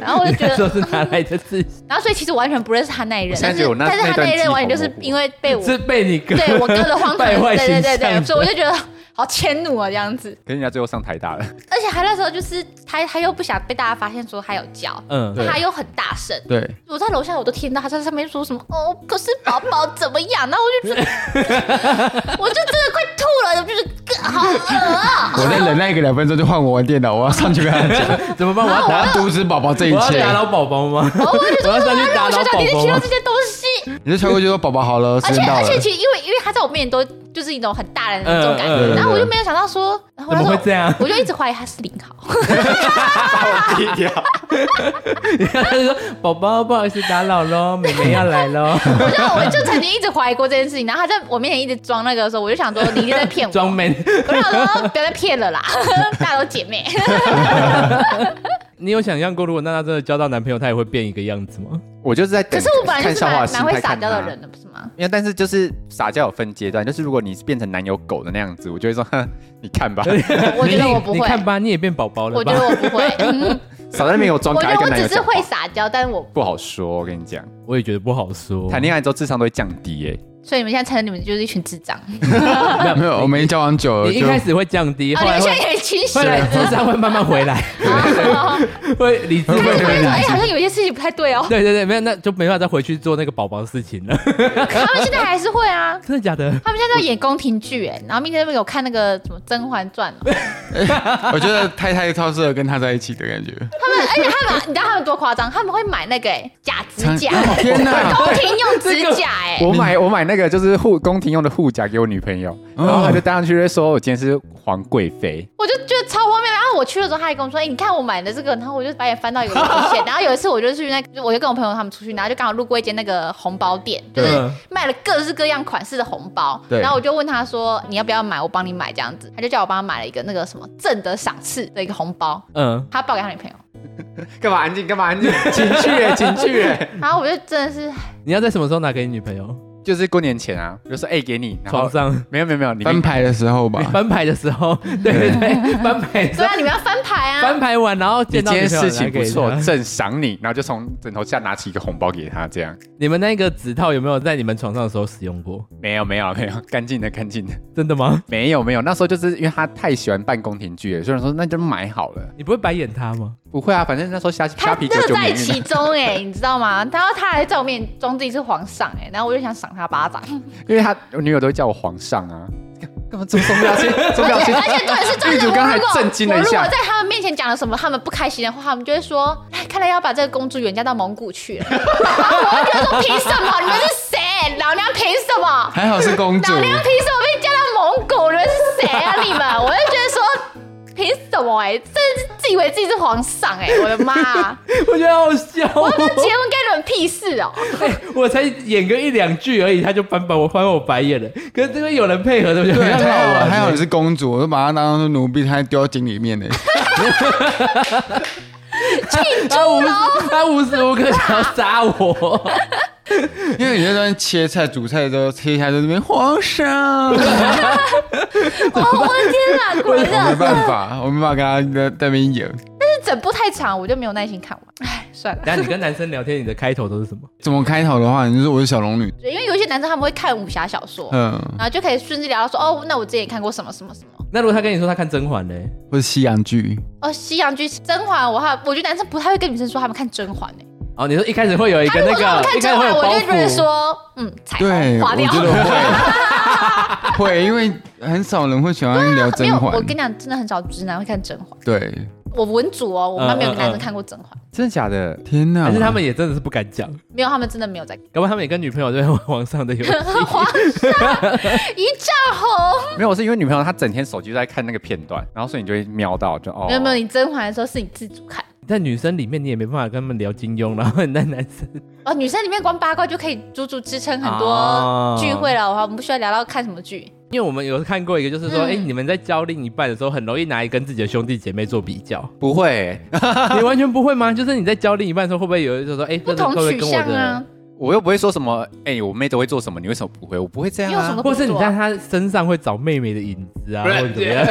Speaker 1: 然后我就觉
Speaker 2: *laughs* 那
Speaker 1: 得
Speaker 2: 时候是哪来的自信？
Speaker 1: 然后所以其实我完全不认识他那一任，
Speaker 4: 我现在
Speaker 1: 但
Speaker 4: 觉得
Speaker 1: 是
Speaker 4: 我那
Speaker 1: 但是他
Speaker 4: 那段
Speaker 1: 那一
Speaker 4: 记忆
Speaker 1: 任完全就
Speaker 4: 好
Speaker 1: 是
Speaker 4: 模糊
Speaker 1: 因为被我
Speaker 2: *laughs* 是被你哥
Speaker 1: *laughs* 对我哥的荒唐，
Speaker 2: 败坏
Speaker 1: 对对对
Speaker 2: 形象
Speaker 1: 对，所以我就觉得好迁怒啊这样子。
Speaker 4: 可是人家最后上台大了，
Speaker 1: 而且他那时候就是他他又不想被大家发现说他有教，
Speaker 2: 嗯，
Speaker 1: 他又很大声。
Speaker 3: 对，
Speaker 1: 我在楼下我都听到他在上面说什么哦，可是宝宝怎么样？然后我就觉得， *laughs* 我就真的快吐了，我就是呃好饿啊！
Speaker 3: 我再忍耐个两分钟就换我玩电脑，我要上去跟他讲，
Speaker 2: *laughs* 怎么办？我
Speaker 1: *laughs*
Speaker 3: *laughs*
Speaker 2: 要
Speaker 3: 我要阻止宝宝这一
Speaker 2: 我要
Speaker 3: 切。
Speaker 2: 打扰宝宝吗？
Speaker 1: 然后哦我就觉
Speaker 2: 我要
Speaker 1: 得
Speaker 2: 上去
Speaker 1: 我
Speaker 2: 打
Speaker 1: 让我
Speaker 2: 扰
Speaker 1: 学
Speaker 2: 宝
Speaker 1: 长，你
Speaker 2: 宝
Speaker 1: 听到
Speaker 2: 吗
Speaker 1: 这？些东西，
Speaker 3: 你就敲过去说宝宝好了，时
Speaker 1: 而且
Speaker 3: 间到
Speaker 1: 而
Speaker 3: 了。
Speaker 1: 且其实因为因为他在我面前都就是一种很大人的那种感
Speaker 2: 嗯嗯
Speaker 1: 觉，
Speaker 2: 嗯
Speaker 1: 然后我就没有想到说，然后
Speaker 2: 怎
Speaker 1: 他
Speaker 2: 么
Speaker 1: 说
Speaker 2: 会这样？ *laughs*
Speaker 1: *laughs* 我就一直怀疑他是林豪，
Speaker 4: 低调。
Speaker 1: 啊
Speaker 2: 他就说：“宝宝，不好意思打扰喽，妹妹要来
Speaker 1: *laughs*
Speaker 2: 喽。
Speaker 1: *laughs* 我就我就曾经一直怀疑过这件事情，然后他在我面前一直装那个的时候，我就想说你一定在骗”我，
Speaker 2: 装 man，
Speaker 1: 我就想说不要再骗了啦， *laughs* 大家都姐妹。
Speaker 2: 你有想象过，如果娜娜真的交到男朋友，她也会变一个样子吗？
Speaker 4: *laughs* 我就是在
Speaker 1: 可
Speaker 4: 等
Speaker 1: 是我本来就
Speaker 4: 看
Speaker 1: 是
Speaker 4: 笑话的
Speaker 1: 蛮
Speaker 4: 心
Speaker 1: 蛮会
Speaker 4: 态
Speaker 1: 撒
Speaker 4: 看
Speaker 1: 娇的
Speaker 4: 他
Speaker 1: 人的，不是吗？ *laughs*
Speaker 4: 因为但是就是撒娇有分阶段，就是如果你变成男友狗的那样子，我就会说，哼，你看吧，
Speaker 1: 我觉得我不
Speaker 2: 你
Speaker 1: 会，
Speaker 2: 看吧，你也变宝宝了
Speaker 1: 我觉
Speaker 2: 吧
Speaker 1: 得？我不会，嗯
Speaker 4: *laughs* 少在那边有装
Speaker 1: 我
Speaker 4: 可
Speaker 1: 觉
Speaker 4: 爱
Speaker 1: 得我
Speaker 4: 跟男友
Speaker 1: 只是
Speaker 4: 讲
Speaker 1: 会
Speaker 4: 话。
Speaker 1: 撒娇，但是我
Speaker 4: 不好说，我跟你讲，
Speaker 2: 我也觉得不好说。
Speaker 4: 谈恋爱之后智商都会降低耶、
Speaker 1: 所以你们现在承认你们就是一群智障，
Speaker 3: 没有，我们已经交往久了，
Speaker 2: 你一
Speaker 3: 就
Speaker 2: 开始会降低，
Speaker 1: 啊，
Speaker 2: 后
Speaker 1: 你
Speaker 2: 来
Speaker 1: 们现
Speaker 2: 会
Speaker 1: 在也很清醒
Speaker 2: 后。来智商会慢慢回来，会理智
Speaker 1: 看
Speaker 2: 会
Speaker 1: 你们
Speaker 2: 回
Speaker 1: 说，
Speaker 2: 来
Speaker 1: 哎，。好像有些事情不太对
Speaker 4: *laughs*
Speaker 1: 哦。
Speaker 2: 对对对，没有，那就没办法再回去做那个宝宝的事情了。
Speaker 1: 他们现在还是会啊，
Speaker 2: 真的假的？
Speaker 1: 他们现在在演宫廷剧，哎，然后明天有看那个什么《甄嬛传》哦，
Speaker 3: 我觉得太太超适合跟他在一起的感觉。
Speaker 1: 而且他们，你知道他们多夸张？他们会买那个哎假指甲，
Speaker 3: 长哦天哪！
Speaker 1: 宫廷用指甲，哎，
Speaker 4: 我买我买那个就是护宫廷用的护甲给我女朋友，
Speaker 2: 哦
Speaker 4: 然后她就搭上去就会说我今天是皇贵妃，
Speaker 1: 我就觉得超荒谬。然后我去的时候，他还跟我说：“哎、你看我买的这个。”然后我就把眼翻到有个极限。然后有一次，我就去那，我就跟我朋友他们出去，然后就刚好路过一间那个红包店，就是
Speaker 2: 嗯
Speaker 1: 卖了各式各样款式的红包。
Speaker 3: 对
Speaker 1: 然后我就问他说：“你要不要买？我帮你买这样子。”他就叫我帮他买了一个那个什么正的赏赐的一个红包，
Speaker 2: 嗯，
Speaker 1: 他报给他女朋友。
Speaker 4: 干嘛安静干
Speaker 2: *laughs*
Speaker 4: 嘛安静，情趣 *laughs* 耶情趣耶，
Speaker 1: 然后我就真的是，
Speaker 2: 你要在什么时候拿给你女朋友？
Speaker 4: 就是过年前啊，我就说哎、给你，然
Speaker 2: 床
Speaker 4: 后
Speaker 2: 上
Speaker 4: 没有没有没有，你
Speaker 3: 翻牌的时候吧，
Speaker 2: 翻牌的时候，对对对，翻牌的时
Speaker 1: 对
Speaker 2: 候
Speaker 1: 啊，你们要翻牌啊！
Speaker 2: 翻牌完，然后
Speaker 4: 你
Speaker 2: 见
Speaker 4: 今
Speaker 2: 到
Speaker 4: 天
Speaker 2: 女朋友
Speaker 4: 事情
Speaker 2: 拿给
Speaker 4: 不错，
Speaker 2: 她
Speaker 4: 正赏你，然后就从枕头下拿起一个红包给她，这样
Speaker 2: 你们那个指套有没有在你们床上的时候使用过？
Speaker 4: 没有没有没有，干净的干净的，
Speaker 2: 真的吗？
Speaker 4: 没有没有，那时候就是因为她太喜欢办宫廷剧了，所以我说那就买好了，
Speaker 2: 你不会白眼他吗？
Speaker 4: 不会啊，反正那时候虾虾
Speaker 1: 他
Speaker 4: 皮
Speaker 1: 真的
Speaker 4: 九九
Speaker 1: 在
Speaker 4: 免
Speaker 1: 其
Speaker 4: 运，
Speaker 1: 中哎、你知道吗？然后他还在我面前装自己是皇上哎、然后我就想赏他巴掌。
Speaker 4: 因为她我女友都会叫我皇上啊，干嘛这么重表情？这么表
Speaker 1: 而且
Speaker 4: 情？
Speaker 1: 而且对，是真
Speaker 4: 玉
Speaker 1: 的。
Speaker 4: 竹
Speaker 1: 我
Speaker 4: 刚才
Speaker 1: 如果
Speaker 4: 震惊了
Speaker 1: 我
Speaker 4: 一
Speaker 1: 如
Speaker 4: 下
Speaker 1: 果在他们面前讲了什么他们不开心的话，他们就会说：“哎，看来要把这个公主远嫁到蒙古去了。” *laughs* 我就觉得说：“凭什么？你们是谁？老娘凭什么？
Speaker 3: 还好是公主
Speaker 1: 老。娘凭什么被嫁到蒙古？你们是谁啊？你们？”我就觉得说。凭什么、哎，真的是自以为自己是皇上哎、我的妈、
Speaker 4: *laughs*
Speaker 2: 我觉得好笑哦、
Speaker 1: 那结婚该你们屁事哦、
Speaker 2: 我才演个一两句而已，他就翻白我翻我白眼了。可是这边有人配合，对不对？
Speaker 3: 对，
Speaker 2: 很
Speaker 3: 还
Speaker 2: 好
Speaker 3: 好
Speaker 2: 玩
Speaker 3: 还好你是公主，我就把她当成奴婢，她还丢到井里面呢。
Speaker 2: 他无他无时无刻想要杀我。
Speaker 3: 因为你在那边切菜、煮菜的时候，切一下就在那边皇上，
Speaker 1: 哦，我的天哪，果
Speaker 3: 我
Speaker 1: 然
Speaker 3: 没
Speaker 1: 真的
Speaker 3: 办法，我没办法跟她在在那边演。
Speaker 1: 是整部太长，我就没有耐心看完。哎，算了。
Speaker 2: 然后你跟男生聊天，你的开头都是什么？
Speaker 3: 怎么开头的话，你就说我是小龙女，
Speaker 1: 因为有一些男生他们会看武侠小说，
Speaker 3: 嗯，
Speaker 1: 然后就可以顺势聊到说，哦，那我之前也看过什么什么什么。
Speaker 2: 那如果他跟你说他看甄嬛呢？
Speaker 3: 或者西洋剧，
Speaker 1: 哦，西洋剧《甄嬛》，我还我觉得男生不太会跟女生说他们看《甄嬛》呢。
Speaker 2: 哦，你说一开始会有一
Speaker 1: 他如
Speaker 2: 个那
Speaker 1: 果说他
Speaker 2: 个
Speaker 1: 们，看《
Speaker 2: 一开始
Speaker 1: 甄
Speaker 2: 会
Speaker 1: 嬛
Speaker 2: 有》，
Speaker 1: 我就
Speaker 2: 包
Speaker 1: 觉得
Speaker 2: 袱。
Speaker 1: 说，嗯，彩虹
Speaker 3: 对，
Speaker 1: 划
Speaker 3: 我
Speaker 1: 掉
Speaker 3: 觉。
Speaker 2: *laughs*
Speaker 3: 得会
Speaker 1: *laughs*
Speaker 3: 会，因为很少人会喜欢聊
Speaker 1: 啊没
Speaker 3: 甄
Speaker 1: 有，
Speaker 3: 嬛
Speaker 1: 我，跟你讲，真的很少直男会看《甄嬛》。
Speaker 3: 对，
Speaker 1: 我文组哦，我们班没有一个
Speaker 2: 嗯嗯嗯
Speaker 1: 男生看过《甄嬛》，
Speaker 4: 真的假的？
Speaker 3: 天哪，
Speaker 2: 但是他们也真的是不敢讲，
Speaker 1: 没有，他们真的没有在看。 *laughs*
Speaker 2: 要不然他们也跟女朋友在玩网上的游戏。
Speaker 1: 皇上一丈红，
Speaker 4: 没有，我是因为女朋友她整天手机都在看那个片段，然后所以你就会瞄到，就哦，。
Speaker 1: 没有没有，你《甄嬛》的时候是你自主看。
Speaker 2: 在女生里面，你也没办法跟他们聊金庸，然后你在男生
Speaker 1: 哦，女生里面光八卦就可以足足支撑很
Speaker 2: 哦
Speaker 1: 多聚会了，我们不需要聊到看什么剧。
Speaker 2: 因为我们有看过一个，就是说，
Speaker 1: 嗯
Speaker 2: 哎、你们在教另一半的时候，很容易拿来跟自己的兄弟姐妹做比
Speaker 1: *laughs*
Speaker 2: 较
Speaker 4: 不会，
Speaker 2: 你完全不会吗？就是你在教另一半的时候，会不会有一种说，哎、
Speaker 1: 不
Speaker 2: 这个
Speaker 1: 同
Speaker 2: 会不会
Speaker 1: 取
Speaker 2: 跟我
Speaker 1: 向
Speaker 2: 的
Speaker 1: 啊，，
Speaker 4: 我又不会说什么，哎、我妹都会做什么，你为什么不会？我不会这
Speaker 1: 你
Speaker 4: 样
Speaker 1: 有什
Speaker 4: 啊
Speaker 1: 么，
Speaker 2: 或是
Speaker 1: 不
Speaker 2: 你
Speaker 1: 做
Speaker 2: 在
Speaker 1: 啊
Speaker 2: 他身上会找妹妹的影子啊，或者怎么样？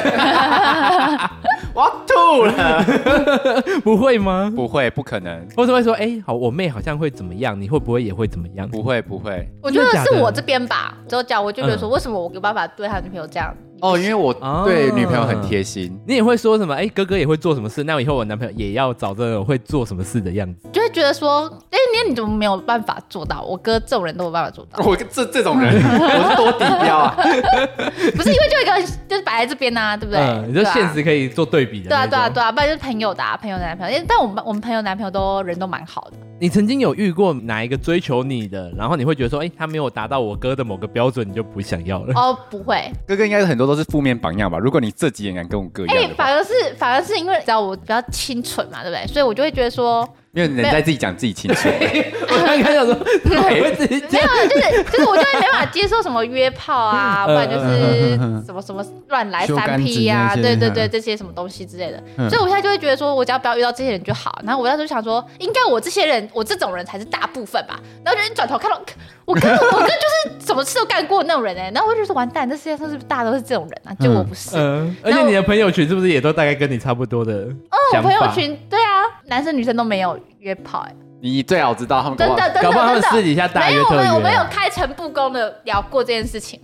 Speaker 4: *laughs* 我要吐了，
Speaker 2: *laughs* 不会吗？
Speaker 4: 不会，不可能，
Speaker 2: 或是会说，哎、好，我妹好像会怎么样，你会不会也会怎么样？
Speaker 4: 不会，不会，
Speaker 1: 我觉得
Speaker 2: 真的假嗯
Speaker 1: 是
Speaker 2: 的
Speaker 1: 我这边吧，之后讲我就觉得说，为什么我有办法对他女朋友这样，
Speaker 4: 哦，因为我
Speaker 2: 啊
Speaker 4: 对女朋友很贴心，
Speaker 2: 你也会说什么？哎、哥哥也会做什么事？那我以后我男朋友也要找这种会做什么事的样子。
Speaker 1: 就会觉得说，哎、那你怎么没有办法做到？我哥这种人都有办法做
Speaker 2: *laughs*
Speaker 1: 到，
Speaker 4: 我这这种人，我是多低调啊。
Speaker 1: *laughs* 不是因为就有一个就是摆在这边呐、啊，对不对？
Speaker 2: 嗯，你说
Speaker 1: 对啊
Speaker 2: 现实可以做对比的
Speaker 1: 对啊，
Speaker 2: 那种。
Speaker 1: 对啊，对啊，不然就是朋友的、啊，朋友的男朋友。因为但我们我们朋友男朋友都人都蛮好的，
Speaker 2: 你曾经有遇过哪一个追求你的，然后你会觉得说，哎、他没有达到我哥的某个标准，你就不想要了？ *laughs*
Speaker 1: 哦，不会，
Speaker 4: 哥哥应该是很多都是负面榜样吧？如果你这几年跟我哥一
Speaker 1: 哎、
Speaker 4: 样的话，
Speaker 1: 反而是反而是因为只要我比较清纯嘛，对不对？所以我就会觉得说， *laughs*
Speaker 4: 因为人在自己讲自己清楚，
Speaker 2: 我刚刚想说，他会自
Speaker 1: *laughs*
Speaker 2: 己
Speaker 1: 没
Speaker 2: 讲，
Speaker 1: 有，啊就是就是我就会没办法接受什么约炮啊，
Speaker 2: 嗯
Speaker 1: 不然就是
Speaker 3: 嗯嗯嗯嗯
Speaker 1: 什么什么乱来
Speaker 3: 修
Speaker 1: 三
Speaker 3: 杆子
Speaker 1: P 呀、
Speaker 3: 那些
Speaker 1: 对对
Speaker 3: 嗯
Speaker 1: 对，这些什么东西之类的。
Speaker 3: 嗯
Speaker 1: 所以我现在就会觉得说，我只要不要遇到这些人就好。然后我那时候就想说，应该我这些人，我这种人才是大部分吧。然后就一转头看到我哥，我哥就是什么事都干过那种人哎、然后我就觉得完蛋，这世界上是不是大家都是这种人啊？就我不是。
Speaker 2: 嗯，而且你的朋友群是不是也都大概跟你差不多的
Speaker 1: 哦我
Speaker 2: 想法？
Speaker 1: 朋友群对啊，男生女生都没有约炮、哎，
Speaker 4: 你最好知道他们
Speaker 1: 真
Speaker 4: 跟我
Speaker 1: 的真的
Speaker 2: 搞不好他们
Speaker 1: 真的
Speaker 2: 私底下大
Speaker 1: 没
Speaker 2: 约
Speaker 1: 有我
Speaker 2: 特
Speaker 1: 们
Speaker 2: 约啊
Speaker 1: 我们有开诚布公的聊过这件事情。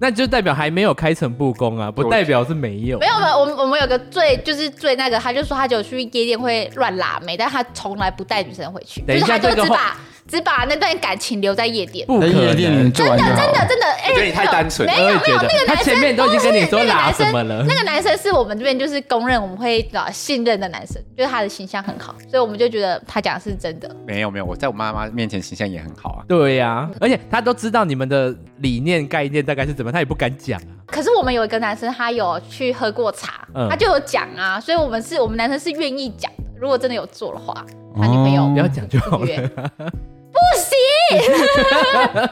Speaker 2: 那就代表还没有开诚布公啊，不代表是没有。
Speaker 1: 没有没有，我们我们有个最就是最那个，他就说他就去夜店会乱拉妹，但他从来不带女生回去，
Speaker 2: 等一
Speaker 1: 就是
Speaker 2: 下
Speaker 1: 他就
Speaker 2: 这个
Speaker 1: 只
Speaker 2: 后
Speaker 1: 把只把那段感情留在夜店。
Speaker 2: 不可
Speaker 3: 在夜店里
Speaker 2: 能
Speaker 3: 面。做完就
Speaker 1: 真的
Speaker 3: 好
Speaker 1: 真的
Speaker 3: 了。
Speaker 1: 真的，哎
Speaker 4: 我觉得你太单纯了
Speaker 1: 没有没
Speaker 2: 我也
Speaker 1: 有，
Speaker 2: 觉得
Speaker 1: 那个男生
Speaker 2: 他前面都已经跟你
Speaker 1: 不
Speaker 2: 说
Speaker 1: 是那个
Speaker 2: 拉
Speaker 1: 男生
Speaker 2: 什么了
Speaker 1: 那个男生是我们这边就是公认我们会啊信任的男生，就是他的形象很好，所以我们就觉得他讲的是真的。
Speaker 4: 没有没有，我在我妈妈面前形象也很好啊。
Speaker 2: 对呀、
Speaker 1: 嗯
Speaker 2: 而且他都知道你们的理念概念大概是怎么样，他也不敢讲啊。
Speaker 1: 可是我们有一个男生，他有去喝过茶，
Speaker 2: 嗯
Speaker 1: 他就有讲啊，所以我们是我们男生是愿意讲的。如果真的有做的话，他女朋友
Speaker 3: 哦
Speaker 2: 不要讲就好
Speaker 1: 不 *laughs*
Speaker 2: 了。
Speaker 1: 约，不行。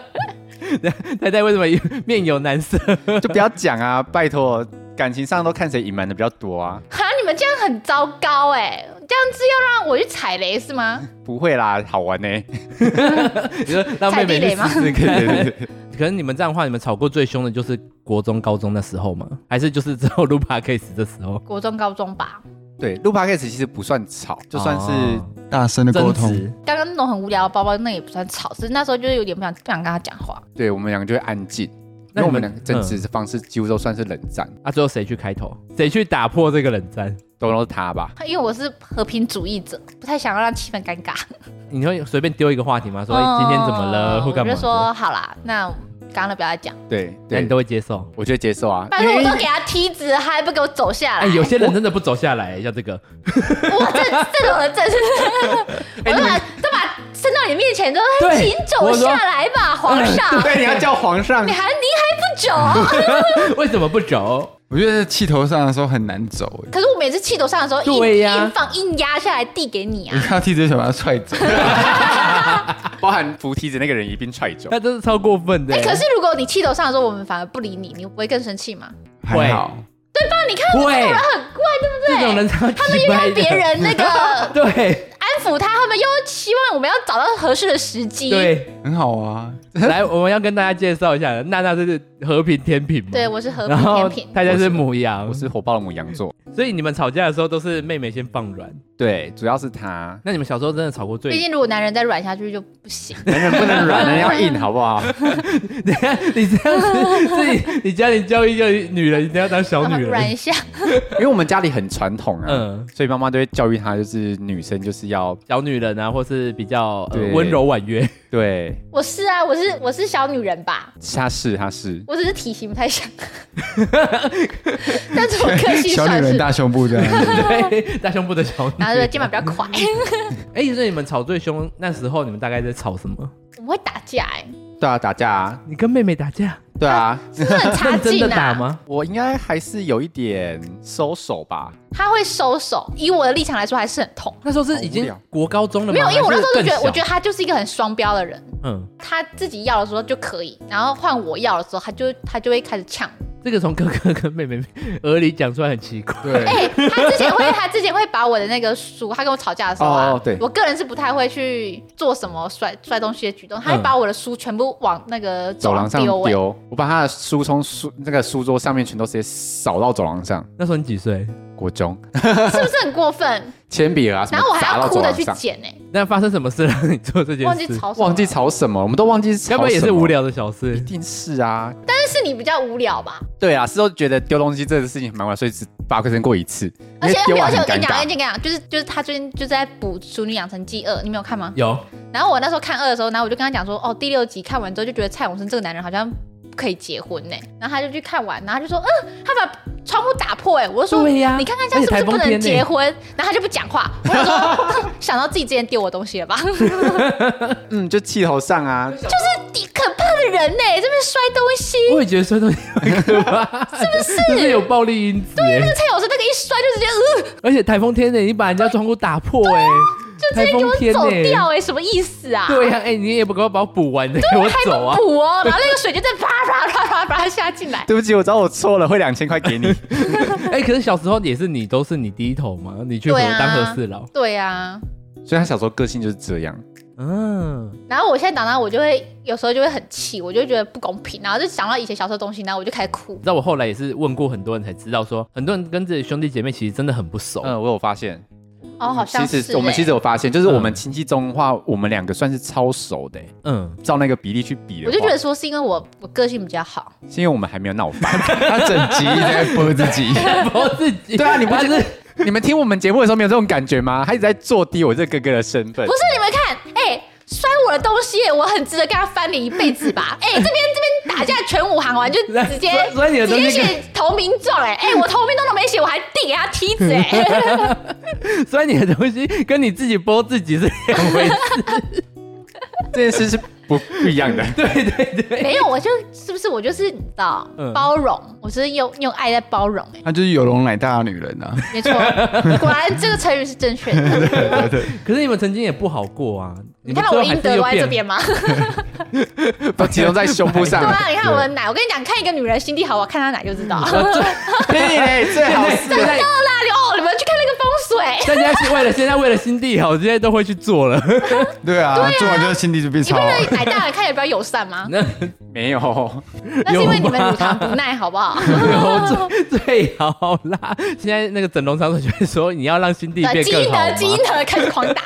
Speaker 2: 太太为什么面有难色？
Speaker 4: 就不要
Speaker 1: *laughs*
Speaker 4: 讲啊，拜托，感情上都看谁隐瞒的比较多啊。
Speaker 1: 哈，你们这样很糟糕哎、这样子要让我去踩雷是吗？
Speaker 4: 不会啦，好玩欸呢、
Speaker 2: 你说让妹妹去试试
Speaker 4: 踩地雷吗
Speaker 2: 看。 *laughs* 可能你们这样的话，你们吵过最凶的就是国中、高中的时候吗？还是就是之后录 *laughs* podcast 的时候？
Speaker 1: 国中、高中吧。
Speaker 4: *laughs* 对，录 podcast 其实不算吵，就算是、
Speaker 2: 哦
Speaker 3: 大声的沟
Speaker 2: 争
Speaker 3: 通，
Speaker 2: 执，
Speaker 1: 刚刚那种很无聊的包包，那也不算吵，只是那时候就是有点不想不想跟他讲话。
Speaker 4: 对我们两个就会安静。
Speaker 2: 那
Speaker 4: 那
Speaker 2: 你
Speaker 4: 我
Speaker 2: 们
Speaker 4: 们两个争执的方式几乎都算是冷战，
Speaker 2: 啊，最后谁去开头？谁去打破这个冷战？
Speaker 4: 都都是他吧？
Speaker 1: 因为我是和平主义者，不太想要让气氛尴尬。
Speaker 2: 你会随便丢一个话题吗？说哎今天怎么了，
Speaker 1: 嗯
Speaker 2: 或干嘛
Speaker 1: 哦我
Speaker 2: 的？
Speaker 1: 就说好啦，那刚刚的不要再讲。
Speaker 4: 对
Speaker 2: 那
Speaker 4: 对，
Speaker 2: 你都会接受？
Speaker 4: 我觉得接受啊，
Speaker 1: 拜
Speaker 4: 因
Speaker 1: 托，
Speaker 4: 为
Speaker 1: 我都给他梯子，他还不给我走下来。
Speaker 2: 哎，有些人真的不走下来，哎像这个， *laughs*
Speaker 1: 哇，这这种人真是，我都把都把伸到你面前，都说
Speaker 2: 对
Speaker 1: 请走
Speaker 2: 我说
Speaker 1: 下来吧，皇上。
Speaker 4: 对你要叫皇上
Speaker 1: 你，还你还不走啊？
Speaker 2: 为什么不走？
Speaker 3: 我觉得气头上的时候很难走、欸。
Speaker 1: 可是我每次气头上的时候，
Speaker 2: 对
Speaker 1: 硬
Speaker 2: 呀
Speaker 1: 硬放硬压下来递给你
Speaker 3: 你
Speaker 1: 啊。
Speaker 3: 看到梯子就想把它踹走，
Speaker 4: 包含扶梯子那个人一并踹走。
Speaker 2: 那真是超过分的
Speaker 1: 哎、
Speaker 2: 欸。
Speaker 1: 可是如果你气头上的时候，我们反而不理你，你不会更生气吗？啊
Speaker 3: 还好。
Speaker 1: 那你看我
Speaker 2: 会，
Speaker 1: 很怪，对
Speaker 2: 这种
Speaker 1: 不
Speaker 2: 人
Speaker 1: 对？
Speaker 2: 超级
Speaker 1: 他们又要别人那个安
Speaker 2: 对
Speaker 1: 抚他，他们又希望我们要找到合适的时机。，
Speaker 2: 对，
Speaker 3: 很好啊，
Speaker 2: 来，我们要跟大家介绍一下，娜娜这是和平天平嘛？
Speaker 1: 对我是和
Speaker 2: 然
Speaker 1: 平
Speaker 2: 后
Speaker 1: 天平。
Speaker 2: 大家是母羊
Speaker 4: 我，是火爆的母羊座，
Speaker 2: 所以你们吵架的时候都是妹妹先放软。
Speaker 4: 对，主要是他，
Speaker 2: 那你们小时候真的吵过
Speaker 1: 毕
Speaker 2: 最？
Speaker 1: 竟如果男人再软下去就不行。
Speaker 4: 男人不能软，男人
Speaker 1: *laughs*
Speaker 4: 要硬，好不好？
Speaker 2: 你 *laughs* 你这样子，自己你家里教育一个女人，一定要当小
Speaker 1: *laughs*
Speaker 2: 女
Speaker 1: 软一
Speaker 2: 人。
Speaker 1: 下，
Speaker 4: 因为我们家里很传统啊，
Speaker 2: 嗯
Speaker 4: 所以妈妈都会教育他，就是女生就是要
Speaker 2: 小女人啊，或是比较呃
Speaker 4: 对
Speaker 2: 温柔婉
Speaker 1: *laughs*
Speaker 2: 约，
Speaker 4: 对，
Speaker 1: 我是啊，我是我是小女人吧，
Speaker 4: 他是他是，
Speaker 1: 我只是体型不太
Speaker 2: *laughs*
Speaker 1: 像，但是我个性
Speaker 3: *laughs* 小女
Speaker 1: 算
Speaker 3: 人
Speaker 1: 是，
Speaker 3: 大胸部这
Speaker 1: *laughs*
Speaker 3: 样，
Speaker 2: 对，大胸部的小女
Speaker 1: 然后这个
Speaker 2: 人。
Speaker 1: 肩膀比较
Speaker 2: *laughs*
Speaker 1: 宽，
Speaker 2: 哎，所以你们吵最凶那时候，你们大概在吵什么？
Speaker 1: 我们会打架哎、
Speaker 4: 对啊，打架啊，
Speaker 2: 你跟妹妹打架，
Speaker 4: 对啊，
Speaker 1: 是不是很差
Speaker 2: 认 *laughs* 真
Speaker 1: 劲
Speaker 2: 的打
Speaker 1: 啊？
Speaker 2: 吗？
Speaker 4: 我应该还是有一点收手吧，
Speaker 1: 他会收手，以我的立场来说还是很痛。
Speaker 2: 那时候是已经
Speaker 4: 好无聊
Speaker 2: 国高中了吗？
Speaker 1: 没有，因为我那时候就觉得，我觉
Speaker 2: 得，
Speaker 1: 得他就是一个很双标的人。
Speaker 2: 嗯，
Speaker 1: 他自己要的时候就可以，然后换我要的时候，他就他就会开始呛我。
Speaker 2: 这个从哥哥跟妹 *laughs* 妹耳里讲出来很奇怪。
Speaker 3: 对，
Speaker 1: 哎、他之前会， *laughs* 他之前会把我的那个书，他跟我吵架的时候啊，
Speaker 4: 哦对
Speaker 1: 我个人是不太会去做什么摔摔东西的举动，他会
Speaker 2: 嗯
Speaker 1: 把我的书全部往那个
Speaker 4: 走廊上
Speaker 1: 丢、哎，
Speaker 4: 丢，我把他的书从书那个书桌上面全都直接扫到走廊上，
Speaker 2: 那时候你几岁？
Speaker 4: 国中
Speaker 1: 哎是不是很过分？
Speaker 4: 铅笔 *laughs* 啊，什
Speaker 1: 然后我
Speaker 4: 么
Speaker 1: 还
Speaker 4: 砸
Speaker 1: 要
Speaker 4: 到
Speaker 1: 哭
Speaker 4: 走
Speaker 1: 的
Speaker 4: 廊
Speaker 1: 去
Speaker 4: 上，
Speaker 1: 捡呢、哎
Speaker 2: 那发生什么事让你做这件
Speaker 1: 忘记
Speaker 2: 事？
Speaker 1: 吵什么，
Speaker 4: 忘记吵什么，我们都忘记是吵
Speaker 2: 该不会也
Speaker 4: 什
Speaker 2: 是
Speaker 4: 么
Speaker 2: 无？聊的小事
Speaker 4: 一？定是啊，
Speaker 1: 但是你比较无聊吧？
Speaker 4: 对啊，事后觉得丢东西这个事情很蛮无聊，所以只发生过一次，
Speaker 1: 而且
Speaker 4: 因为丢
Speaker 1: 而
Speaker 4: 完
Speaker 1: 且
Speaker 4: 很
Speaker 1: 我跟你讲，而且
Speaker 4: 尴尬
Speaker 1: 我。跟你讲，就是就是他最近就在补《熟女养成记二》，你没有看吗？
Speaker 2: 有，
Speaker 1: 然后我那时候看二的时候，然后我就跟他讲说，哦，第六集看完之后就觉得蔡永生这个男人好像不可以结婚呢、然后他就去看完，然后他就说，嗯，他把窗户打破哎、我就说，
Speaker 2: 对呀
Speaker 1: 你看看这样是不
Speaker 2: 而
Speaker 1: 是
Speaker 2: 且台
Speaker 1: 不
Speaker 2: 风
Speaker 1: 能
Speaker 2: 天呢
Speaker 1: 结婚？然后他就不讲话，我就
Speaker 2: 哎
Speaker 1: 说 *laughs* 想到自己之前丢我东西了吧， *laughs* 就是
Speaker 4: 嗯，就气头上啊，
Speaker 1: 你可怕的人呢、这边摔东西。
Speaker 2: 我也觉得摔东西很可怕，是不是？就是有暴力因子耶、
Speaker 1: 那个蔡老师那个一摔就直接呃
Speaker 2: 而且台风天呢、你把人家窗户打破哎、
Speaker 1: 啊直
Speaker 2: 台
Speaker 1: 接给
Speaker 2: 风
Speaker 1: 我
Speaker 2: 天
Speaker 1: 走
Speaker 2: 呢、
Speaker 1: 掉哎、什么意思啊？
Speaker 2: 对呀、哎、你也不给我把我补完的，给我走啊！
Speaker 1: 补哦，然后那个水就在啪啪啪啪啪下进来。
Speaker 4: 对不起，我知道我错了，汇两千块给
Speaker 3: *laughs*
Speaker 4: 你。
Speaker 2: 哎、可是小时候也是你都是你第一头嘛，你去和
Speaker 1: 对啊
Speaker 2: 当和事佬，
Speaker 1: 对啊，
Speaker 4: 所以他小时候个性就是这样，
Speaker 2: 嗯，
Speaker 1: 然后我现在长大，我就会有时候就会很气，我就会觉得不公平，然后就想到以前小时候的东西，然后我就开始哭
Speaker 2: 你。知道我后来也是问过很多人才知道说很多人跟自己兄弟姐妹其实真的很不熟，
Speaker 4: 嗯，我有发现，
Speaker 1: 哦，好像
Speaker 4: 其
Speaker 1: 是、
Speaker 4: 实我们其实
Speaker 1: 欸
Speaker 4: 有发现，就是我们亲戚中的话，我们两个算是超熟的欸。
Speaker 2: 嗯，
Speaker 4: 照那个比例去比的
Speaker 1: 我
Speaker 4: 话，
Speaker 1: 就觉得说是因为我我个性比较好，
Speaker 4: 是因为我们还没有闹翻。 *laughs*
Speaker 3: 他整集在播自己，
Speaker 2: *laughs* 我嗯自己
Speaker 4: 对啊，你不
Speaker 2: 他
Speaker 4: 觉
Speaker 2: 是
Speaker 4: 得
Speaker 2: *laughs*
Speaker 4: 你们听我们节目的时候没有这种感觉吗？他一直在做低我这哥哥的身份
Speaker 1: 不。是你们看，哎、摔我的东西，我很值得跟他翻脸一辈子
Speaker 2: *laughs*
Speaker 1: 吧？哎、这边这边打架全武行完就直接
Speaker 2: 所以所以你的
Speaker 1: 直
Speaker 2: 东
Speaker 1: 接
Speaker 2: 西跟
Speaker 1: 写投名状、哎，哎，我投名状都没写，我还递给他梯子、哎。
Speaker 2: 所以你的东西跟你自己播自己是两回事，
Speaker 1: *laughs*
Speaker 4: 这件事是不不一样的。 *laughs*
Speaker 2: 对对对，
Speaker 1: 没有，我就是不是我就是你知道、
Speaker 2: 嗯
Speaker 1: 包容，我是用用爱在包容、欸，
Speaker 3: 她就是有容乃大的女人啊。
Speaker 2: *laughs*
Speaker 1: 没错，果然这个成语是正确的。
Speaker 2: 可是你们曾经也不好过啊，
Speaker 1: 你
Speaker 2: 们
Speaker 1: 看到
Speaker 2: 最
Speaker 1: 我
Speaker 2: 后还
Speaker 1: 阴
Speaker 2: 是
Speaker 1: 德
Speaker 2: 又
Speaker 1: 都在这
Speaker 2: 变
Speaker 1: 边吗？
Speaker 4: 都集中在胸部上
Speaker 1: 对
Speaker 4: 了。
Speaker 1: 啊，你看我的奶，我跟你讲，看一个女人心地好，我啊看她奶就知
Speaker 2: *laughs*
Speaker 1: 道。哦真的
Speaker 4: 对嘞，最好是
Speaker 2: 现在
Speaker 1: 啦，你哦，你们去看那个风水，
Speaker 2: *laughs* 大家是为了现在为了心地好，现在都会去
Speaker 1: *laughs*
Speaker 2: 做了。
Speaker 3: 对啊，做完之后心地就变
Speaker 1: 你
Speaker 3: 超
Speaker 1: 不
Speaker 3: 好。
Speaker 1: 觉得奶大人看起来比较友善
Speaker 2: *laughs*
Speaker 1: 吗？
Speaker 2: 那
Speaker 4: 没有，
Speaker 1: 那是因为
Speaker 2: 有
Speaker 1: 你
Speaker 2: 吗
Speaker 1: 们乳糖不耐，好不好？
Speaker 2: *laughs* 有最最好啦！现在那个整容场所就会说你要让心地
Speaker 1: 对，
Speaker 2: 变
Speaker 1: 基
Speaker 2: 更
Speaker 1: 因
Speaker 2: 好
Speaker 1: 的基因
Speaker 2: 嘛。
Speaker 1: 的开始狂打，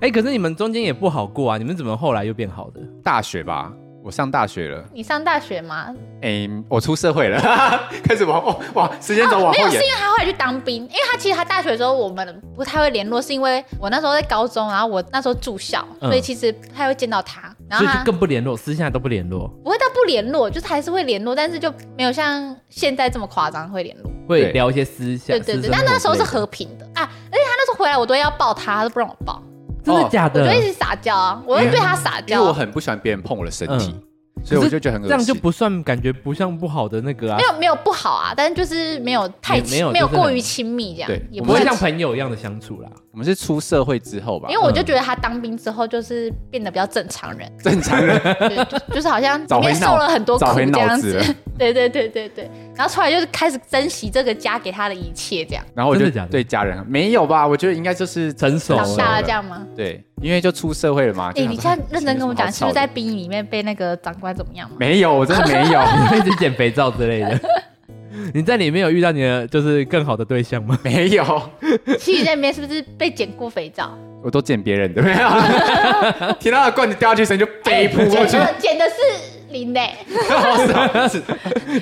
Speaker 2: 哎、可是你们中间也不好过啊，你们怎么后来又变好的？
Speaker 4: 大学吧，我上大学了，
Speaker 1: *laughs* 你上大学吗？
Speaker 4: 哎、我出社会了， *laughs* 开始往后哇，时间轴往
Speaker 1: 没
Speaker 4: 后
Speaker 1: 有，是
Speaker 4: 延
Speaker 1: 因。为他后来去当兵，因为他其实他大学的时候我们不太会联络，是因为我那时候在高中，然后我那时候住校，
Speaker 2: 嗯
Speaker 1: 所以其实不太会见到他，然
Speaker 2: 所
Speaker 1: 后
Speaker 2: 以
Speaker 1: 他
Speaker 2: 就更不联络，私下都不联络，
Speaker 1: 不会到不联络，就是还是会联络，但是就没有像现在这么夸张会联络。
Speaker 2: 会
Speaker 4: 对
Speaker 2: 聊一些私下。
Speaker 1: 对对对，
Speaker 2: 私生活
Speaker 1: 但那时候是
Speaker 2: 之类的
Speaker 1: 和平的啊，而且他那时候回来我都要抱他，他都不让我抱，
Speaker 2: 真的假
Speaker 1: 哦我
Speaker 2: 的？
Speaker 1: 就一直撒娇啊，我就对他撒
Speaker 4: 因为我
Speaker 1: 娇。
Speaker 4: 很不喜欢别人碰我的身体，
Speaker 2: 嗯可
Speaker 4: 所
Speaker 2: 是
Speaker 4: 以我就觉得很恶
Speaker 2: 这样
Speaker 4: 心。
Speaker 2: 就不算感觉不像不好的那个啊
Speaker 1: 没，有没有不好啊，但是就是没有太
Speaker 2: 没
Speaker 1: 亲，
Speaker 2: 有
Speaker 1: 没有
Speaker 2: 就是很
Speaker 1: 过于亲密这样
Speaker 4: 对，
Speaker 1: 也
Speaker 2: 不
Speaker 1: 会
Speaker 2: 会
Speaker 1: 亲
Speaker 2: 像朋友一样的相处啦。
Speaker 4: 我们是出社会之后吧
Speaker 1: 因为，我就觉得他当兵之后就是变得比较正常人，
Speaker 4: 正常人
Speaker 1: 对就就是好像里
Speaker 4: 找回
Speaker 1: 面
Speaker 4: 脑
Speaker 1: 受了很多苦
Speaker 4: 找回
Speaker 1: 这
Speaker 4: 脑
Speaker 1: 样
Speaker 4: 子
Speaker 1: 子
Speaker 4: 了。
Speaker 1: *laughs* 对对对对对，然后出来就是开始珍惜这个家给他的一切，这样
Speaker 4: *laughs* 然后我就
Speaker 2: 真的假的
Speaker 4: 对家人啊没有吧，我觉得应该就是
Speaker 2: 成熟啊
Speaker 1: 长大了
Speaker 4: 了
Speaker 1: 这样吗？
Speaker 4: 对，因为就出社会了嘛。
Speaker 1: 哎，
Speaker 4: 就
Speaker 1: 你
Speaker 4: 想
Speaker 1: 这
Speaker 4: 说
Speaker 1: 样认真跟我讲，
Speaker 4: 以
Speaker 1: 是不
Speaker 4: 前有什么好吵
Speaker 1: 是
Speaker 4: 的
Speaker 1: 在兵营里面被那个长官怎么样吗？
Speaker 4: 没有，
Speaker 1: *laughs*
Speaker 4: 我真的没有，
Speaker 2: 你会一直捡肥皂之类的。 *laughs* 你在里面有遇到你的就是更好的对象吗？
Speaker 4: 没有， *laughs*
Speaker 1: 其实那边是不是被捡过肥皂？
Speaker 4: 我都捡别人的，没有。
Speaker 1: *laughs*
Speaker 4: 听到罐子掉下去，声就飞扑过
Speaker 1: 哎捡
Speaker 4: 去，
Speaker 1: 的捡的是零嘞，
Speaker 2: 对啊，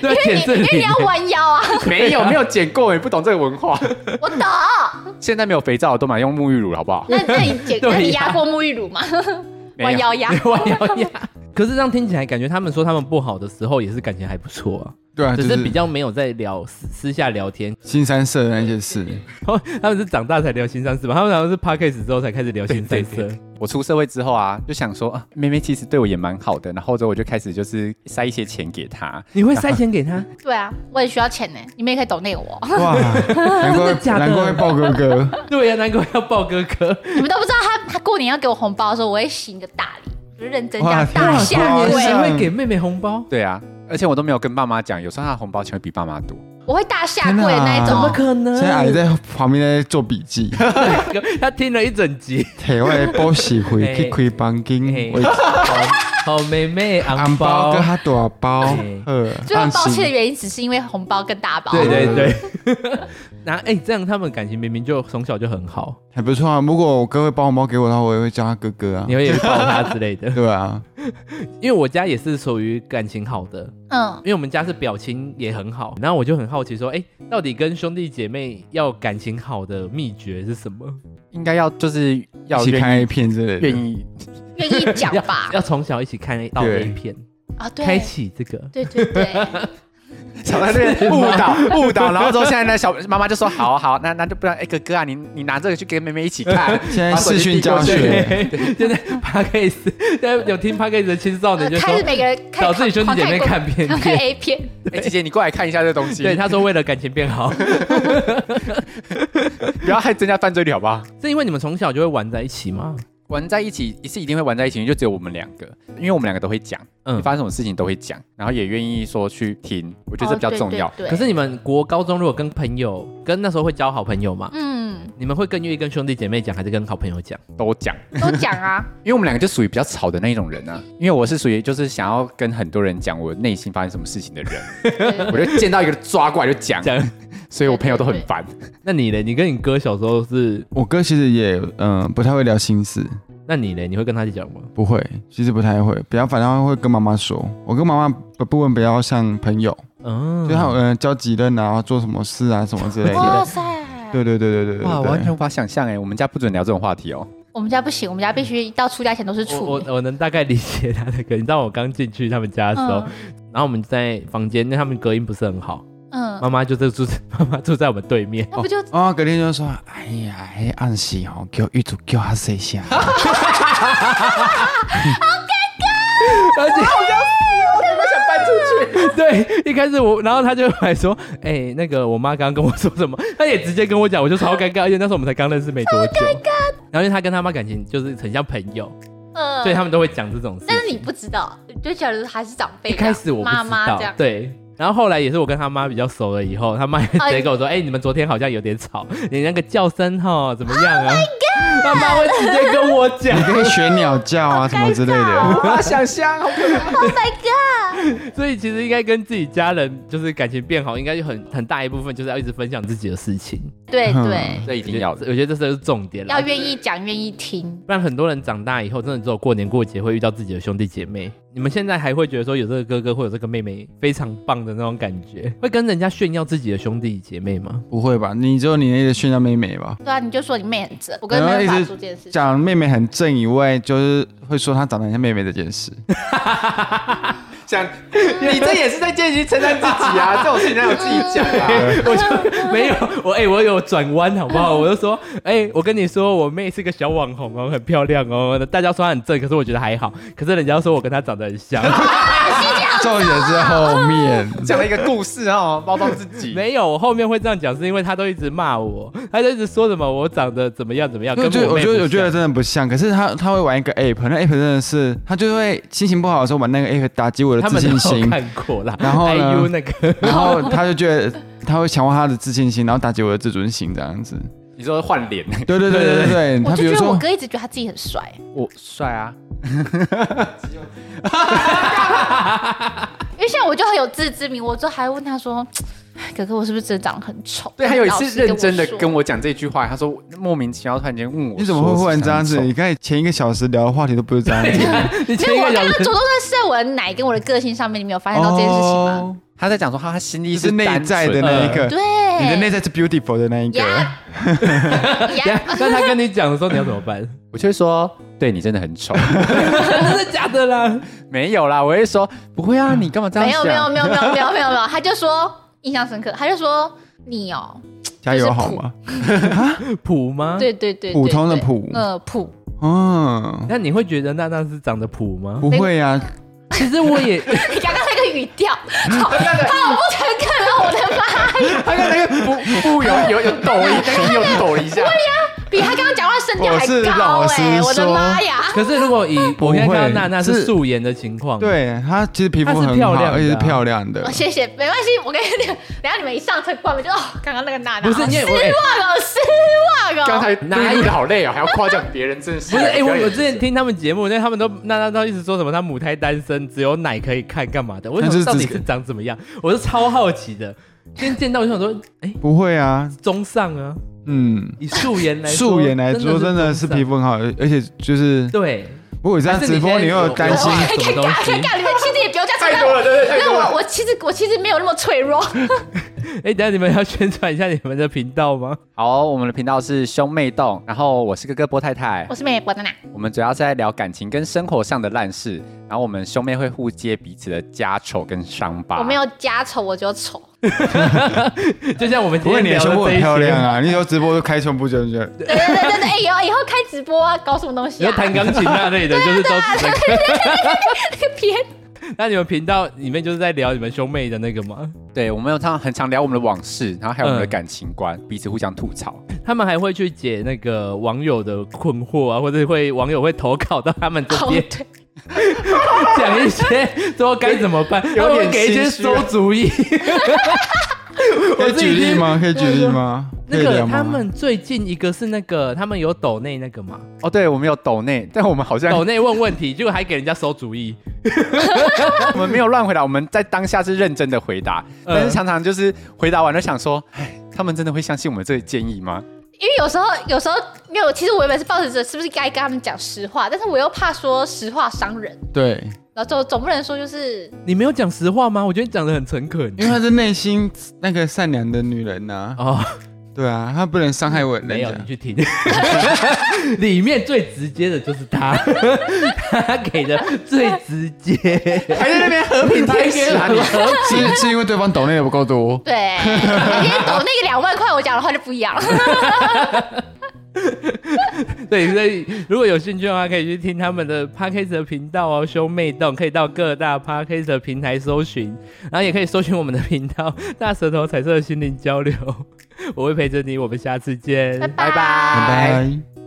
Speaker 1: 因为
Speaker 2: 捡
Speaker 1: 你
Speaker 2: 这
Speaker 1: 因
Speaker 2: 里
Speaker 1: 为你要弯腰啊，
Speaker 4: 没有没有捡过，也不懂这个文化。
Speaker 1: 我懂。
Speaker 4: 现在没有肥皂，都买用沐浴乳，好不好？
Speaker 1: 那那你捡，
Speaker 2: *laughs* 对
Speaker 1: 那
Speaker 2: 呀
Speaker 1: 你压过沐浴乳 *laughs* 吗？
Speaker 4: 没有
Speaker 1: 弯腰压。
Speaker 2: *laughs* 弯腰压。啊可是这样听起来，感觉他们说他们不好的时候，也是感情还不错啊，
Speaker 3: 对啊，就
Speaker 2: 只
Speaker 3: 是
Speaker 2: 是比较没有在聊私私下聊天。 *laughs*
Speaker 3: 新三社的那些事，
Speaker 2: 他们是长大才聊新三色吧？他们好像是 podcast 之后才开始聊新三色。
Speaker 4: 我出社会之后啊，就想说啊，妹妹其实对我也蛮好的，然后之后我就开始就是塞一些钱给她，
Speaker 2: 你会塞钱给他？
Speaker 1: 对啊，我也需要钱呢，你们也可以抖内我。
Speaker 3: 哇，难怪
Speaker 2: 假的
Speaker 3: 难怪会爆哥哥，
Speaker 2: *laughs* 对呀、难怪要抱哥哥。
Speaker 1: 你们都不知道他他过年要给我红包的时候，我会行一个大礼，就是认真这
Speaker 3: 哇
Speaker 1: 样
Speaker 3: 天啊
Speaker 1: 大
Speaker 2: 哇，
Speaker 1: 下
Speaker 3: 过
Speaker 2: 谁
Speaker 1: 跪，
Speaker 3: 年
Speaker 2: 会给妹妹红包？
Speaker 4: 对啊，而且我都没有跟爸妈讲，有时候她的红包钱会比爸妈多。
Speaker 1: 我会大下跪的那一
Speaker 3: 天
Speaker 2: 怎么
Speaker 1: 种。
Speaker 2: 可能？
Speaker 3: 现在还
Speaker 2: *laughs*
Speaker 3: 在旁边在做笔记，
Speaker 2: 他听了一整集， *laughs*
Speaker 3: 台湾的补习会去开房间
Speaker 2: 嘿，
Speaker 3: 我
Speaker 2: 好妹妹
Speaker 3: 红
Speaker 2: 昂
Speaker 3: 包
Speaker 2: 包
Speaker 3: 跟，他多包
Speaker 2: 对，
Speaker 3: 呃，
Speaker 1: 最后抱
Speaker 3: 放
Speaker 1: 歉的
Speaker 3: 心
Speaker 1: 原因只是因为红包跟大包。
Speaker 2: 对对对。 *laughs* 那哎、这样他们感情明明就从小就很好，
Speaker 3: 还不错啊。如果我哥会包红包给我的话，我也会叫他哥
Speaker 2: *laughs*
Speaker 3: 哥啊。
Speaker 2: 你。会抱他之类的
Speaker 3: *laughs* 对啊，
Speaker 2: 因为我家也是属于感情好的，
Speaker 1: 嗯
Speaker 2: 因，为我们家是表亲也很好，然后我就很好奇说，哎、到底跟兄弟姐妹要感情好的秘诀是什么？
Speaker 4: 应该要就是
Speaker 3: 一
Speaker 4: 要
Speaker 3: 起看
Speaker 4: 愿
Speaker 3: A
Speaker 4: 意
Speaker 3: 片之类
Speaker 4: 愿
Speaker 3: 的。
Speaker 4: 意
Speaker 1: 愿意讲
Speaker 2: *laughs* 要
Speaker 1: 吧。
Speaker 2: 要从小一起看到
Speaker 3: 对
Speaker 2: A 片，
Speaker 1: 啊，对，
Speaker 2: 开启这个。
Speaker 1: 对对
Speaker 2: *laughs*
Speaker 1: 对，
Speaker 4: *laughs* 小在那边误导误导，然后之后现在那小妈妈就说好好，那那就不然哎、哥哥啊，你你拿这个去给妹妹一起看，
Speaker 3: 现在
Speaker 4: 把手
Speaker 3: 视
Speaker 4: 机
Speaker 3: 讯
Speaker 4: 递过
Speaker 3: 教
Speaker 2: 啊
Speaker 4: 去
Speaker 3: 学，
Speaker 2: 现在 p a c a s 现在有听 p a c a s 的青少年就
Speaker 1: 呃
Speaker 2: 说
Speaker 1: 开始，每个人开
Speaker 2: 找自己兄弟姐妹看片
Speaker 1: 看 A 片，
Speaker 4: 哎、姐姐你过来看一下这东西，
Speaker 2: 对，他说为了感情变好， *laughs*
Speaker 4: 不要害增加犯罪率好不好？
Speaker 2: 是因为你们从小就会玩在一起吗？
Speaker 4: 玩在一起是一定会玩在一起，就只有我们两个，因为我们两个都会讲，
Speaker 2: 嗯，
Speaker 4: 发生什么事情都会讲，然后也愿意说去听，我觉得这比较重要。
Speaker 1: 哦对对对
Speaker 2: 可是你们国高中如果跟朋友，跟那时候会交好朋友嘛，
Speaker 1: 嗯，
Speaker 2: 你们会更愿意跟兄弟姐妹讲，还是跟好朋友讲？
Speaker 4: 都讲，
Speaker 1: 都讲
Speaker 2: *laughs*
Speaker 1: 啊，
Speaker 4: 因为我们两个就属于比较吵的那种人啊，因为我是属于就是想要跟很多人讲我内心发生什么事情的 *laughs* 人，
Speaker 1: 对
Speaker 4: 我就见到一个抓过来就讲，
Speaker 2: 讲
Speaker 4: 所以我朋友都很烦。
Speaker 2: 那你嘞？你跟你哥小时候是？
Speaker 3: 我哥其实也嗯、不太会聊心事，
Speaker 2: 那你嘞？你会跟他去讲吗？
Speaker 3: 不会，其实不太会，比较反正会跟妈妈说。我跟妈妈的部分比较像朋友，
Speaker 2: 嗯，
Speaker 3: 就他有人交几任啊，做什么事啊什么之类
Speaker 1: 哇
Speaker 3: 的。
Speaker 1: 塞，
Speaker 3: 对对对对对
Speaker 4: 哇，我完
Speaker 3: 对
Speaker 4: 全
Speaker 3: 对。
Speaker 4: 无法想象哎，我们家不准聊这种话题哦。
Speaker 1: 我们家不行，我们家必须到出家前都是
Speaker 2: 我
Speaker 1: 处
Speaker 2: 我我能大概理解他的歌，你知道我刚进去他们家的时候，
Speaker 1: 嗯
Speaker 2: 然后我们在房间，那他们隔音不是很好，
Speaker 1: 嗯，
Speaker 2: 妈妈就是住 *laughs* 妈妈住在我们对面，
Speaker 1: 那不就
Speaker 3: 啊，隔天就说，哎呀，那暗示哦，叫玉主叫他谁 *laughs* 下，
Speaker 2: 而且 *laughs*
Speaker 4: 我想搬出去。
Speaker 2: 对，一开始我，然后他就来说，哎、那个我妈刚刚跟我说什么，他也直接跟我讲，我就超尴尬，而且那时候我们才刚认识没多久，然后因为他跟他妈感情就是很像朋友，
Speaker 1: 嗯，
Speaker 2: 所以他们都会讲这种事。
Speaker 1: 但是你不知道，你就觉得还是长辈
Speaker 2: 一
Speaker 1: 这样。
Speaker 2: 开始我不
Speaker 1: 妈
Speaker 2: 知
Speaker 1: 妈
Speaker 2: 道
Speaker 1: 这样，，
Speaker 2: 对。然后后来也是我跟他妈比较熟了以后，他妈也直接跟我
Speaker 1: 哦
Speaker 2: 说：“哎、你们昨天好像有点吵，你那个叫声哈怎么样
Speaker 1: Oh
Speaker 2: 啊？”他妈会直接跟我讲
Speaker 3: 你，可以学鸟叫啊什么之类的。
Speaker 4: 无法想象，好可怕！
Speaker 2: 所以其实应该跟自己家人就是感情变好，应该就很很大一部分就是要一直分享自己的事情。
Speaker 1: 对
Speaker 3: 嗯
Speaker 1: 对，
Speaker 4: 这一定要
Speaker 2: 我觉
Speaker 4: 的。
Speaker 2: 得我觉得这是重点啦
Speaker 1: 要。愿意讲，愿意听。
Speaker 2: 不然很多人长大以后，真的只有过年过节会遇到自己的兄弟姐妹。你们现在还会觉得说有这个哥哥或有这个妹妹非常棒的那种感
Speaker 4: 嗯
Speaker 2: 觉，会跟人家炫耀自己的兄弟姐妹吗？
Speaker 3: 不会吧？你只有你那个炫耀妹妹吧？
Speaker 1: 对啊，你就说你妹很正，我跟
Speaker 3: 然后
Speaker 1: 没有办
Speaker 3: 一
Speaker 1: 法
Speaker 3: 直
Speaker 1: 做这件事情。
Speaker 3: 讲妹妹很正以外，就是会说她长得很像妹妹这件 *laughs* 事。
Speaker 4: 想，你这也是在间接称赞自己 *laughs* 啊，这种事情让我自己讲啊。
Speaker 2: 我就没有我哎、我有转弯好不好？我就说哎、我跟你说，我妹是个小网红哦，很漂亮哦。大家说她很正，可是我觉得还好。可是人家说我跟她长得很像，
Speaker 3: 重点是后面，
Speaker 4: 讲了一个故事哦，包装自 *laughs* 己。
Speaker 2: 没有。我后面会这样讲，是因为她都一直骂我，她就一直说什么我长得怎么样怎么样，跟
Speaker 3: 我觉得
Speaker 2: 我
Speaker 3: 我
Speaker 2: 妹
Speaker 3: 觉得我
Speaker 2: 不
Speaker 3: 觉
Speaker 2: 像
Speaker 3: 得真的不像，可是他他会玩一个 app，那 app 真的是他就会心情不好的时候玩那个 app 打击我的
Speaker 2: 他
Speaker 3: 自
Speaker 2: 们都
Speaker 3: 信心，
Speaker 2: 看过啦，
Speaker 3: 然后呢
Speaker 2: IU
Speaker 1: *laughs*
Speaker 2: 那个，
Speaker 3: 然后他就觉得他会强化他的自信心，然后打击我的自尊心这样子。
Speaker 4: 你说换脸，
Speaker 3: 对对对对对对，
Speaker 1: 我
Speaker 3: 他比
Speaker 1: 就
Speaker 3: 如
Speaker 1: 觉得我
Speaker 3: 说
Speaker 1: 哥一直觉得他自己很帅，
Speaker 4: 我帅啊，
Speaker 1: 因为像我就很有自知之明，我就还问他说：“哥哥，我是不是真的长得很丑？”
Speaker 4: 对，还有一次认真的
Speaker 1: 老实
Speaker 4: 跟
Speaker 1: 我
Speaker 4: 我讲这句话，他说莫名其妙突然间问我，
Speaker 3: 你怎么会忽然这样子？？你看前一个小时聊的话题都不是这样子，
Speaker 2: 你
Speaker 1: 说。
Speaker 2: 前
Speaker 1: 没有，我
Speaker 2: 一 *laughs* 个小
Speaker 1: 刚刚
Speaker 2: 时
Speaker 1: 主动在是在我的奶跟我的个性上面，你没有发现到这件事情吗？
Speaker 3: 哦？
Speaker 4: 他在讲说他他心里
Speaker 3: 就是内
Speaker 4: 单纯
Speaker 3: 在的那一个，
Speaker 1: 对，
Speaker 3: 你的内在是 beautiful 的那一个。
Speaker 1: 呀 *laughs* 呀，
Speaker 2: *laughs* 那他跟你讲的时候，你要怎么办？
Speaker 4: 我就会说，对你真的很丑。
Speaker 2: 真的假的啦？
Speaker 4: 没有啦，我会说不会啊，你干嘛这样
Speaker 1: 没有
Speaker 4: 想？
Speaker 1: 没
Speaker 4: *laughs*
Speaker 1: 有没有没有没有没有没有，他就说印象深刻，他就说你哦，
Speaker 3: 加油好吗？
Speaker 2: 普吗？。
Speaker 1: 对对对，对
Speaker 3: 普通的
Speaker 1: 对
Speaker 3: 普
Speaker 1: 呃普，
Speaker 3: 嗯，
Speaker 2: 那你会觉得娜娜是长得普吗？
Speaker 3: 不会啊，
Speaker 2: 其实我也， *laughs*
Speaker 1: 你刚刚那个语调，好，他我不诚恳了，我的妈！ *laughs*
Speaker 4: 他刚才那个不不有有有抖一，但是又抖了一下。
Speaker 1: 比他刚刚讲话声调还
Speaker 3: 我是
Speaker 1: 高
Speaker 3: 老实
Speaker 1: 哎、我的
Speaker 3: 说
Speaker 1: 妈呀！
Speaker 2: 可是如果以我
Speaker 3: 会
Speaker 2: 看到娜娜是
Speaker 3: 是
Speaker 2: 素颜的情况，，
Speaker 3: 对她其实皮肤
Speaker 2: 她是
Speaker 3: 很
Speaker 2: 漂
Speaker 3: 好，
Speaker 2: 亮的啊
Speaker 3: 而且是漂亮的
Speaker 1: 哦，。谢谢，没关系，我跟你讲，等一下你们一上车关门就哦，刚刚那个娜娜
Speaker 2: 不是因
Speaker 1: 失
Speaker 2: 为我哎
Speaker 1: 望哦，失望哦，
Speaker 4: 刚才
Speaker 2: 哪有
Speaker 4: 哪一个好累啊，还要夸奖别人，真的是。
Speaker 2: 不是，哎、我我之
Speaker 4: 这
Speaker 2: 前听他们节目，那他们都那那都一直说什么他母胎单身，只有奶可以看干嘛的？我想
Speaker 3: 那就是
Speaker 2: 说到底
Speaker 3: 自己
Speaker 2: 是长怎么样，我是超好奇的。今天见到我就想说，哎、
Speaker 3: 不会啊，
Speaker 2: 中上啊，
Speaker 3: 嗯，
Speaker 2: 以素颜来说
Speaker 3: 素颜来说真的是
Speaker 2: 中上
Speaker 3: 皮肤很好，而且就是
Speaker 2: 对，
Speaker 3: 不过我这样
Speaker 2: 还是
Speaker 3: 直
Speaker 2: 你
Speaker 3: 播，
Speaker 2: 现在
Speaker 3: 你又
Speaker 2: 有
Speaker 3: 担心
Speaker 1: 我
Speaker 2: 我
Speaker 1: 尴
Speaker 2: 什么
Speaker 1: 尬
Speaker 2: 东西
Speaker 1: 尴尬，你们其实也不要这样
Speaker 4: 太多了，
Speaker 1: 了。
Speaker 4: 真的太
Speaker 1: 因为
Speaker 4: 多了。
Speaker 1: 我我其实我其实没有那么脆弱，
Speaker 2: 哎、等一下你们要宣传一下你们的频道吗？ *laughs*
Speaker 4: 好，我们的频道是兄妹洞，然后我是哥哥波太太
Speaker 1: 我，是美国的娜，
Speaker 4: 我们主要是在聊感情跟生活上的烂事，然后我们兄妹会互揭彼此的家丑跟伤疤。
Speaker 1: 我没有家丑我就丑，
Speaker 2: 就像我们
Speaker 3: 不
Speaker 2: 今
Speaker 3: 过你
Speaker 2: 天
Speaker 3: 的
Speaker 2: 聊
Speaker 3: 胸部
Speaker 2: 这
Speaker 3: 很
Speaker 2: 一
Speaker 3: 漂亮
Speaker 2: 些，
Speaker 3: 啊！你有直播就开胸部，就就
Speaker 1: 对对对对对，哎、以后以后开直播啊，搞什么东西
Speaker 2: 你要
Speaker 1: 啊？ *laughs*
Speaker 2: 弹钢琴那类的，就是都是这
Speaker 3: *laughs*
Speaker 2: 个。
Speaker 1: 那个片
Speaker 2: *laughs* 那你们频道里面就是在聊你们兄妹的那个吗？
Speaker 4: 对，我们有常很常聊我们的往事，然后还有我们的
Speaker 2: 嗯
Speaker 4: 感情观，彼此互相吐槽。
Speaker 2: 他们还会去解那个网友的困惑啊，或者会网友会投稿到他们这
Speaker 1: 哦
Speaker 2: 边，
Speaker 1: 对，
Speaker 2: 讲一些说该怎么办，
Speaker 4: *laughs* 有
Speaker 2: 他
Speaker 4: 点
Speaker 2: 们给一些
Speaker 4: 心虚啊
Speaker 2: 馊主意。
Speaker 3: 可以举例吗？可以举例吗？
Speaker 2: *laughs* 那
Speaker 3: 可以
Speaker 2: 个
Speaker 4: 啊
Speaker 3: 聊吗
Speaker 2: 他们最近一个是那个他们有抖内那个
Speaker 4: *laughs*
Speaker 2: 嘛，
Speaker 4: 哦，对，我们有抖内，但我们好像
Speaker 2: 抖内问问题，结果还给人家馊主意。
Speaker 4: *laughs* 我们没有乱回答，我们在当下是认真的回答，
Speaker 2: 嗯
Speaker 4: 但是常常就是回答完就想说，哎，他们真的会相信我们这个建议吗？
Speaker 1: 因为有时候有时候没有，其实我原本是抱着着是不是该跟他们讲实话，但是我又怕说实话伤人，
Speaker 3: 对，
Speaker 1: 然后总总不能说就是
Speaker 2: 你没有讲实话吗？我觉得你讲的很诚恳
Speaker 3: 因为她是内心那个善良的女人呐、
Speaker 2: 哦，
Speaker 3: 对啊，她不能伤害我人
Speaker 2: 没有，
Speaker 3: 家
Speaker 2: 你。去听， *laughs* 里面最直接的就是 *laughs* 他，他给的最直接，
Speaker 4: 还在那边和
Speaker 2: *laughs*
Speaker 4: 平天使啊你！
Speaker 3: 是是因为对方懂得也不够多，
Speaker 1: *laughs* 对，今天抖那个两万块，我讲的话就不一样了。
Speaker 2: *laughs* 对，所以如果有兴趣的话，可以去听他们的 Podcast 的频道哦，兄妹洞，可以到各大 Podcast 的平台搜寻，然后也可以搜寻我们的频道“大舌头 *laughs* 彩色的心灵交流”，我会陪着你，我们下次见，
Speaker 1: 拜拜
Speaker 4: 拜拜
Speaker 3: 拜拜。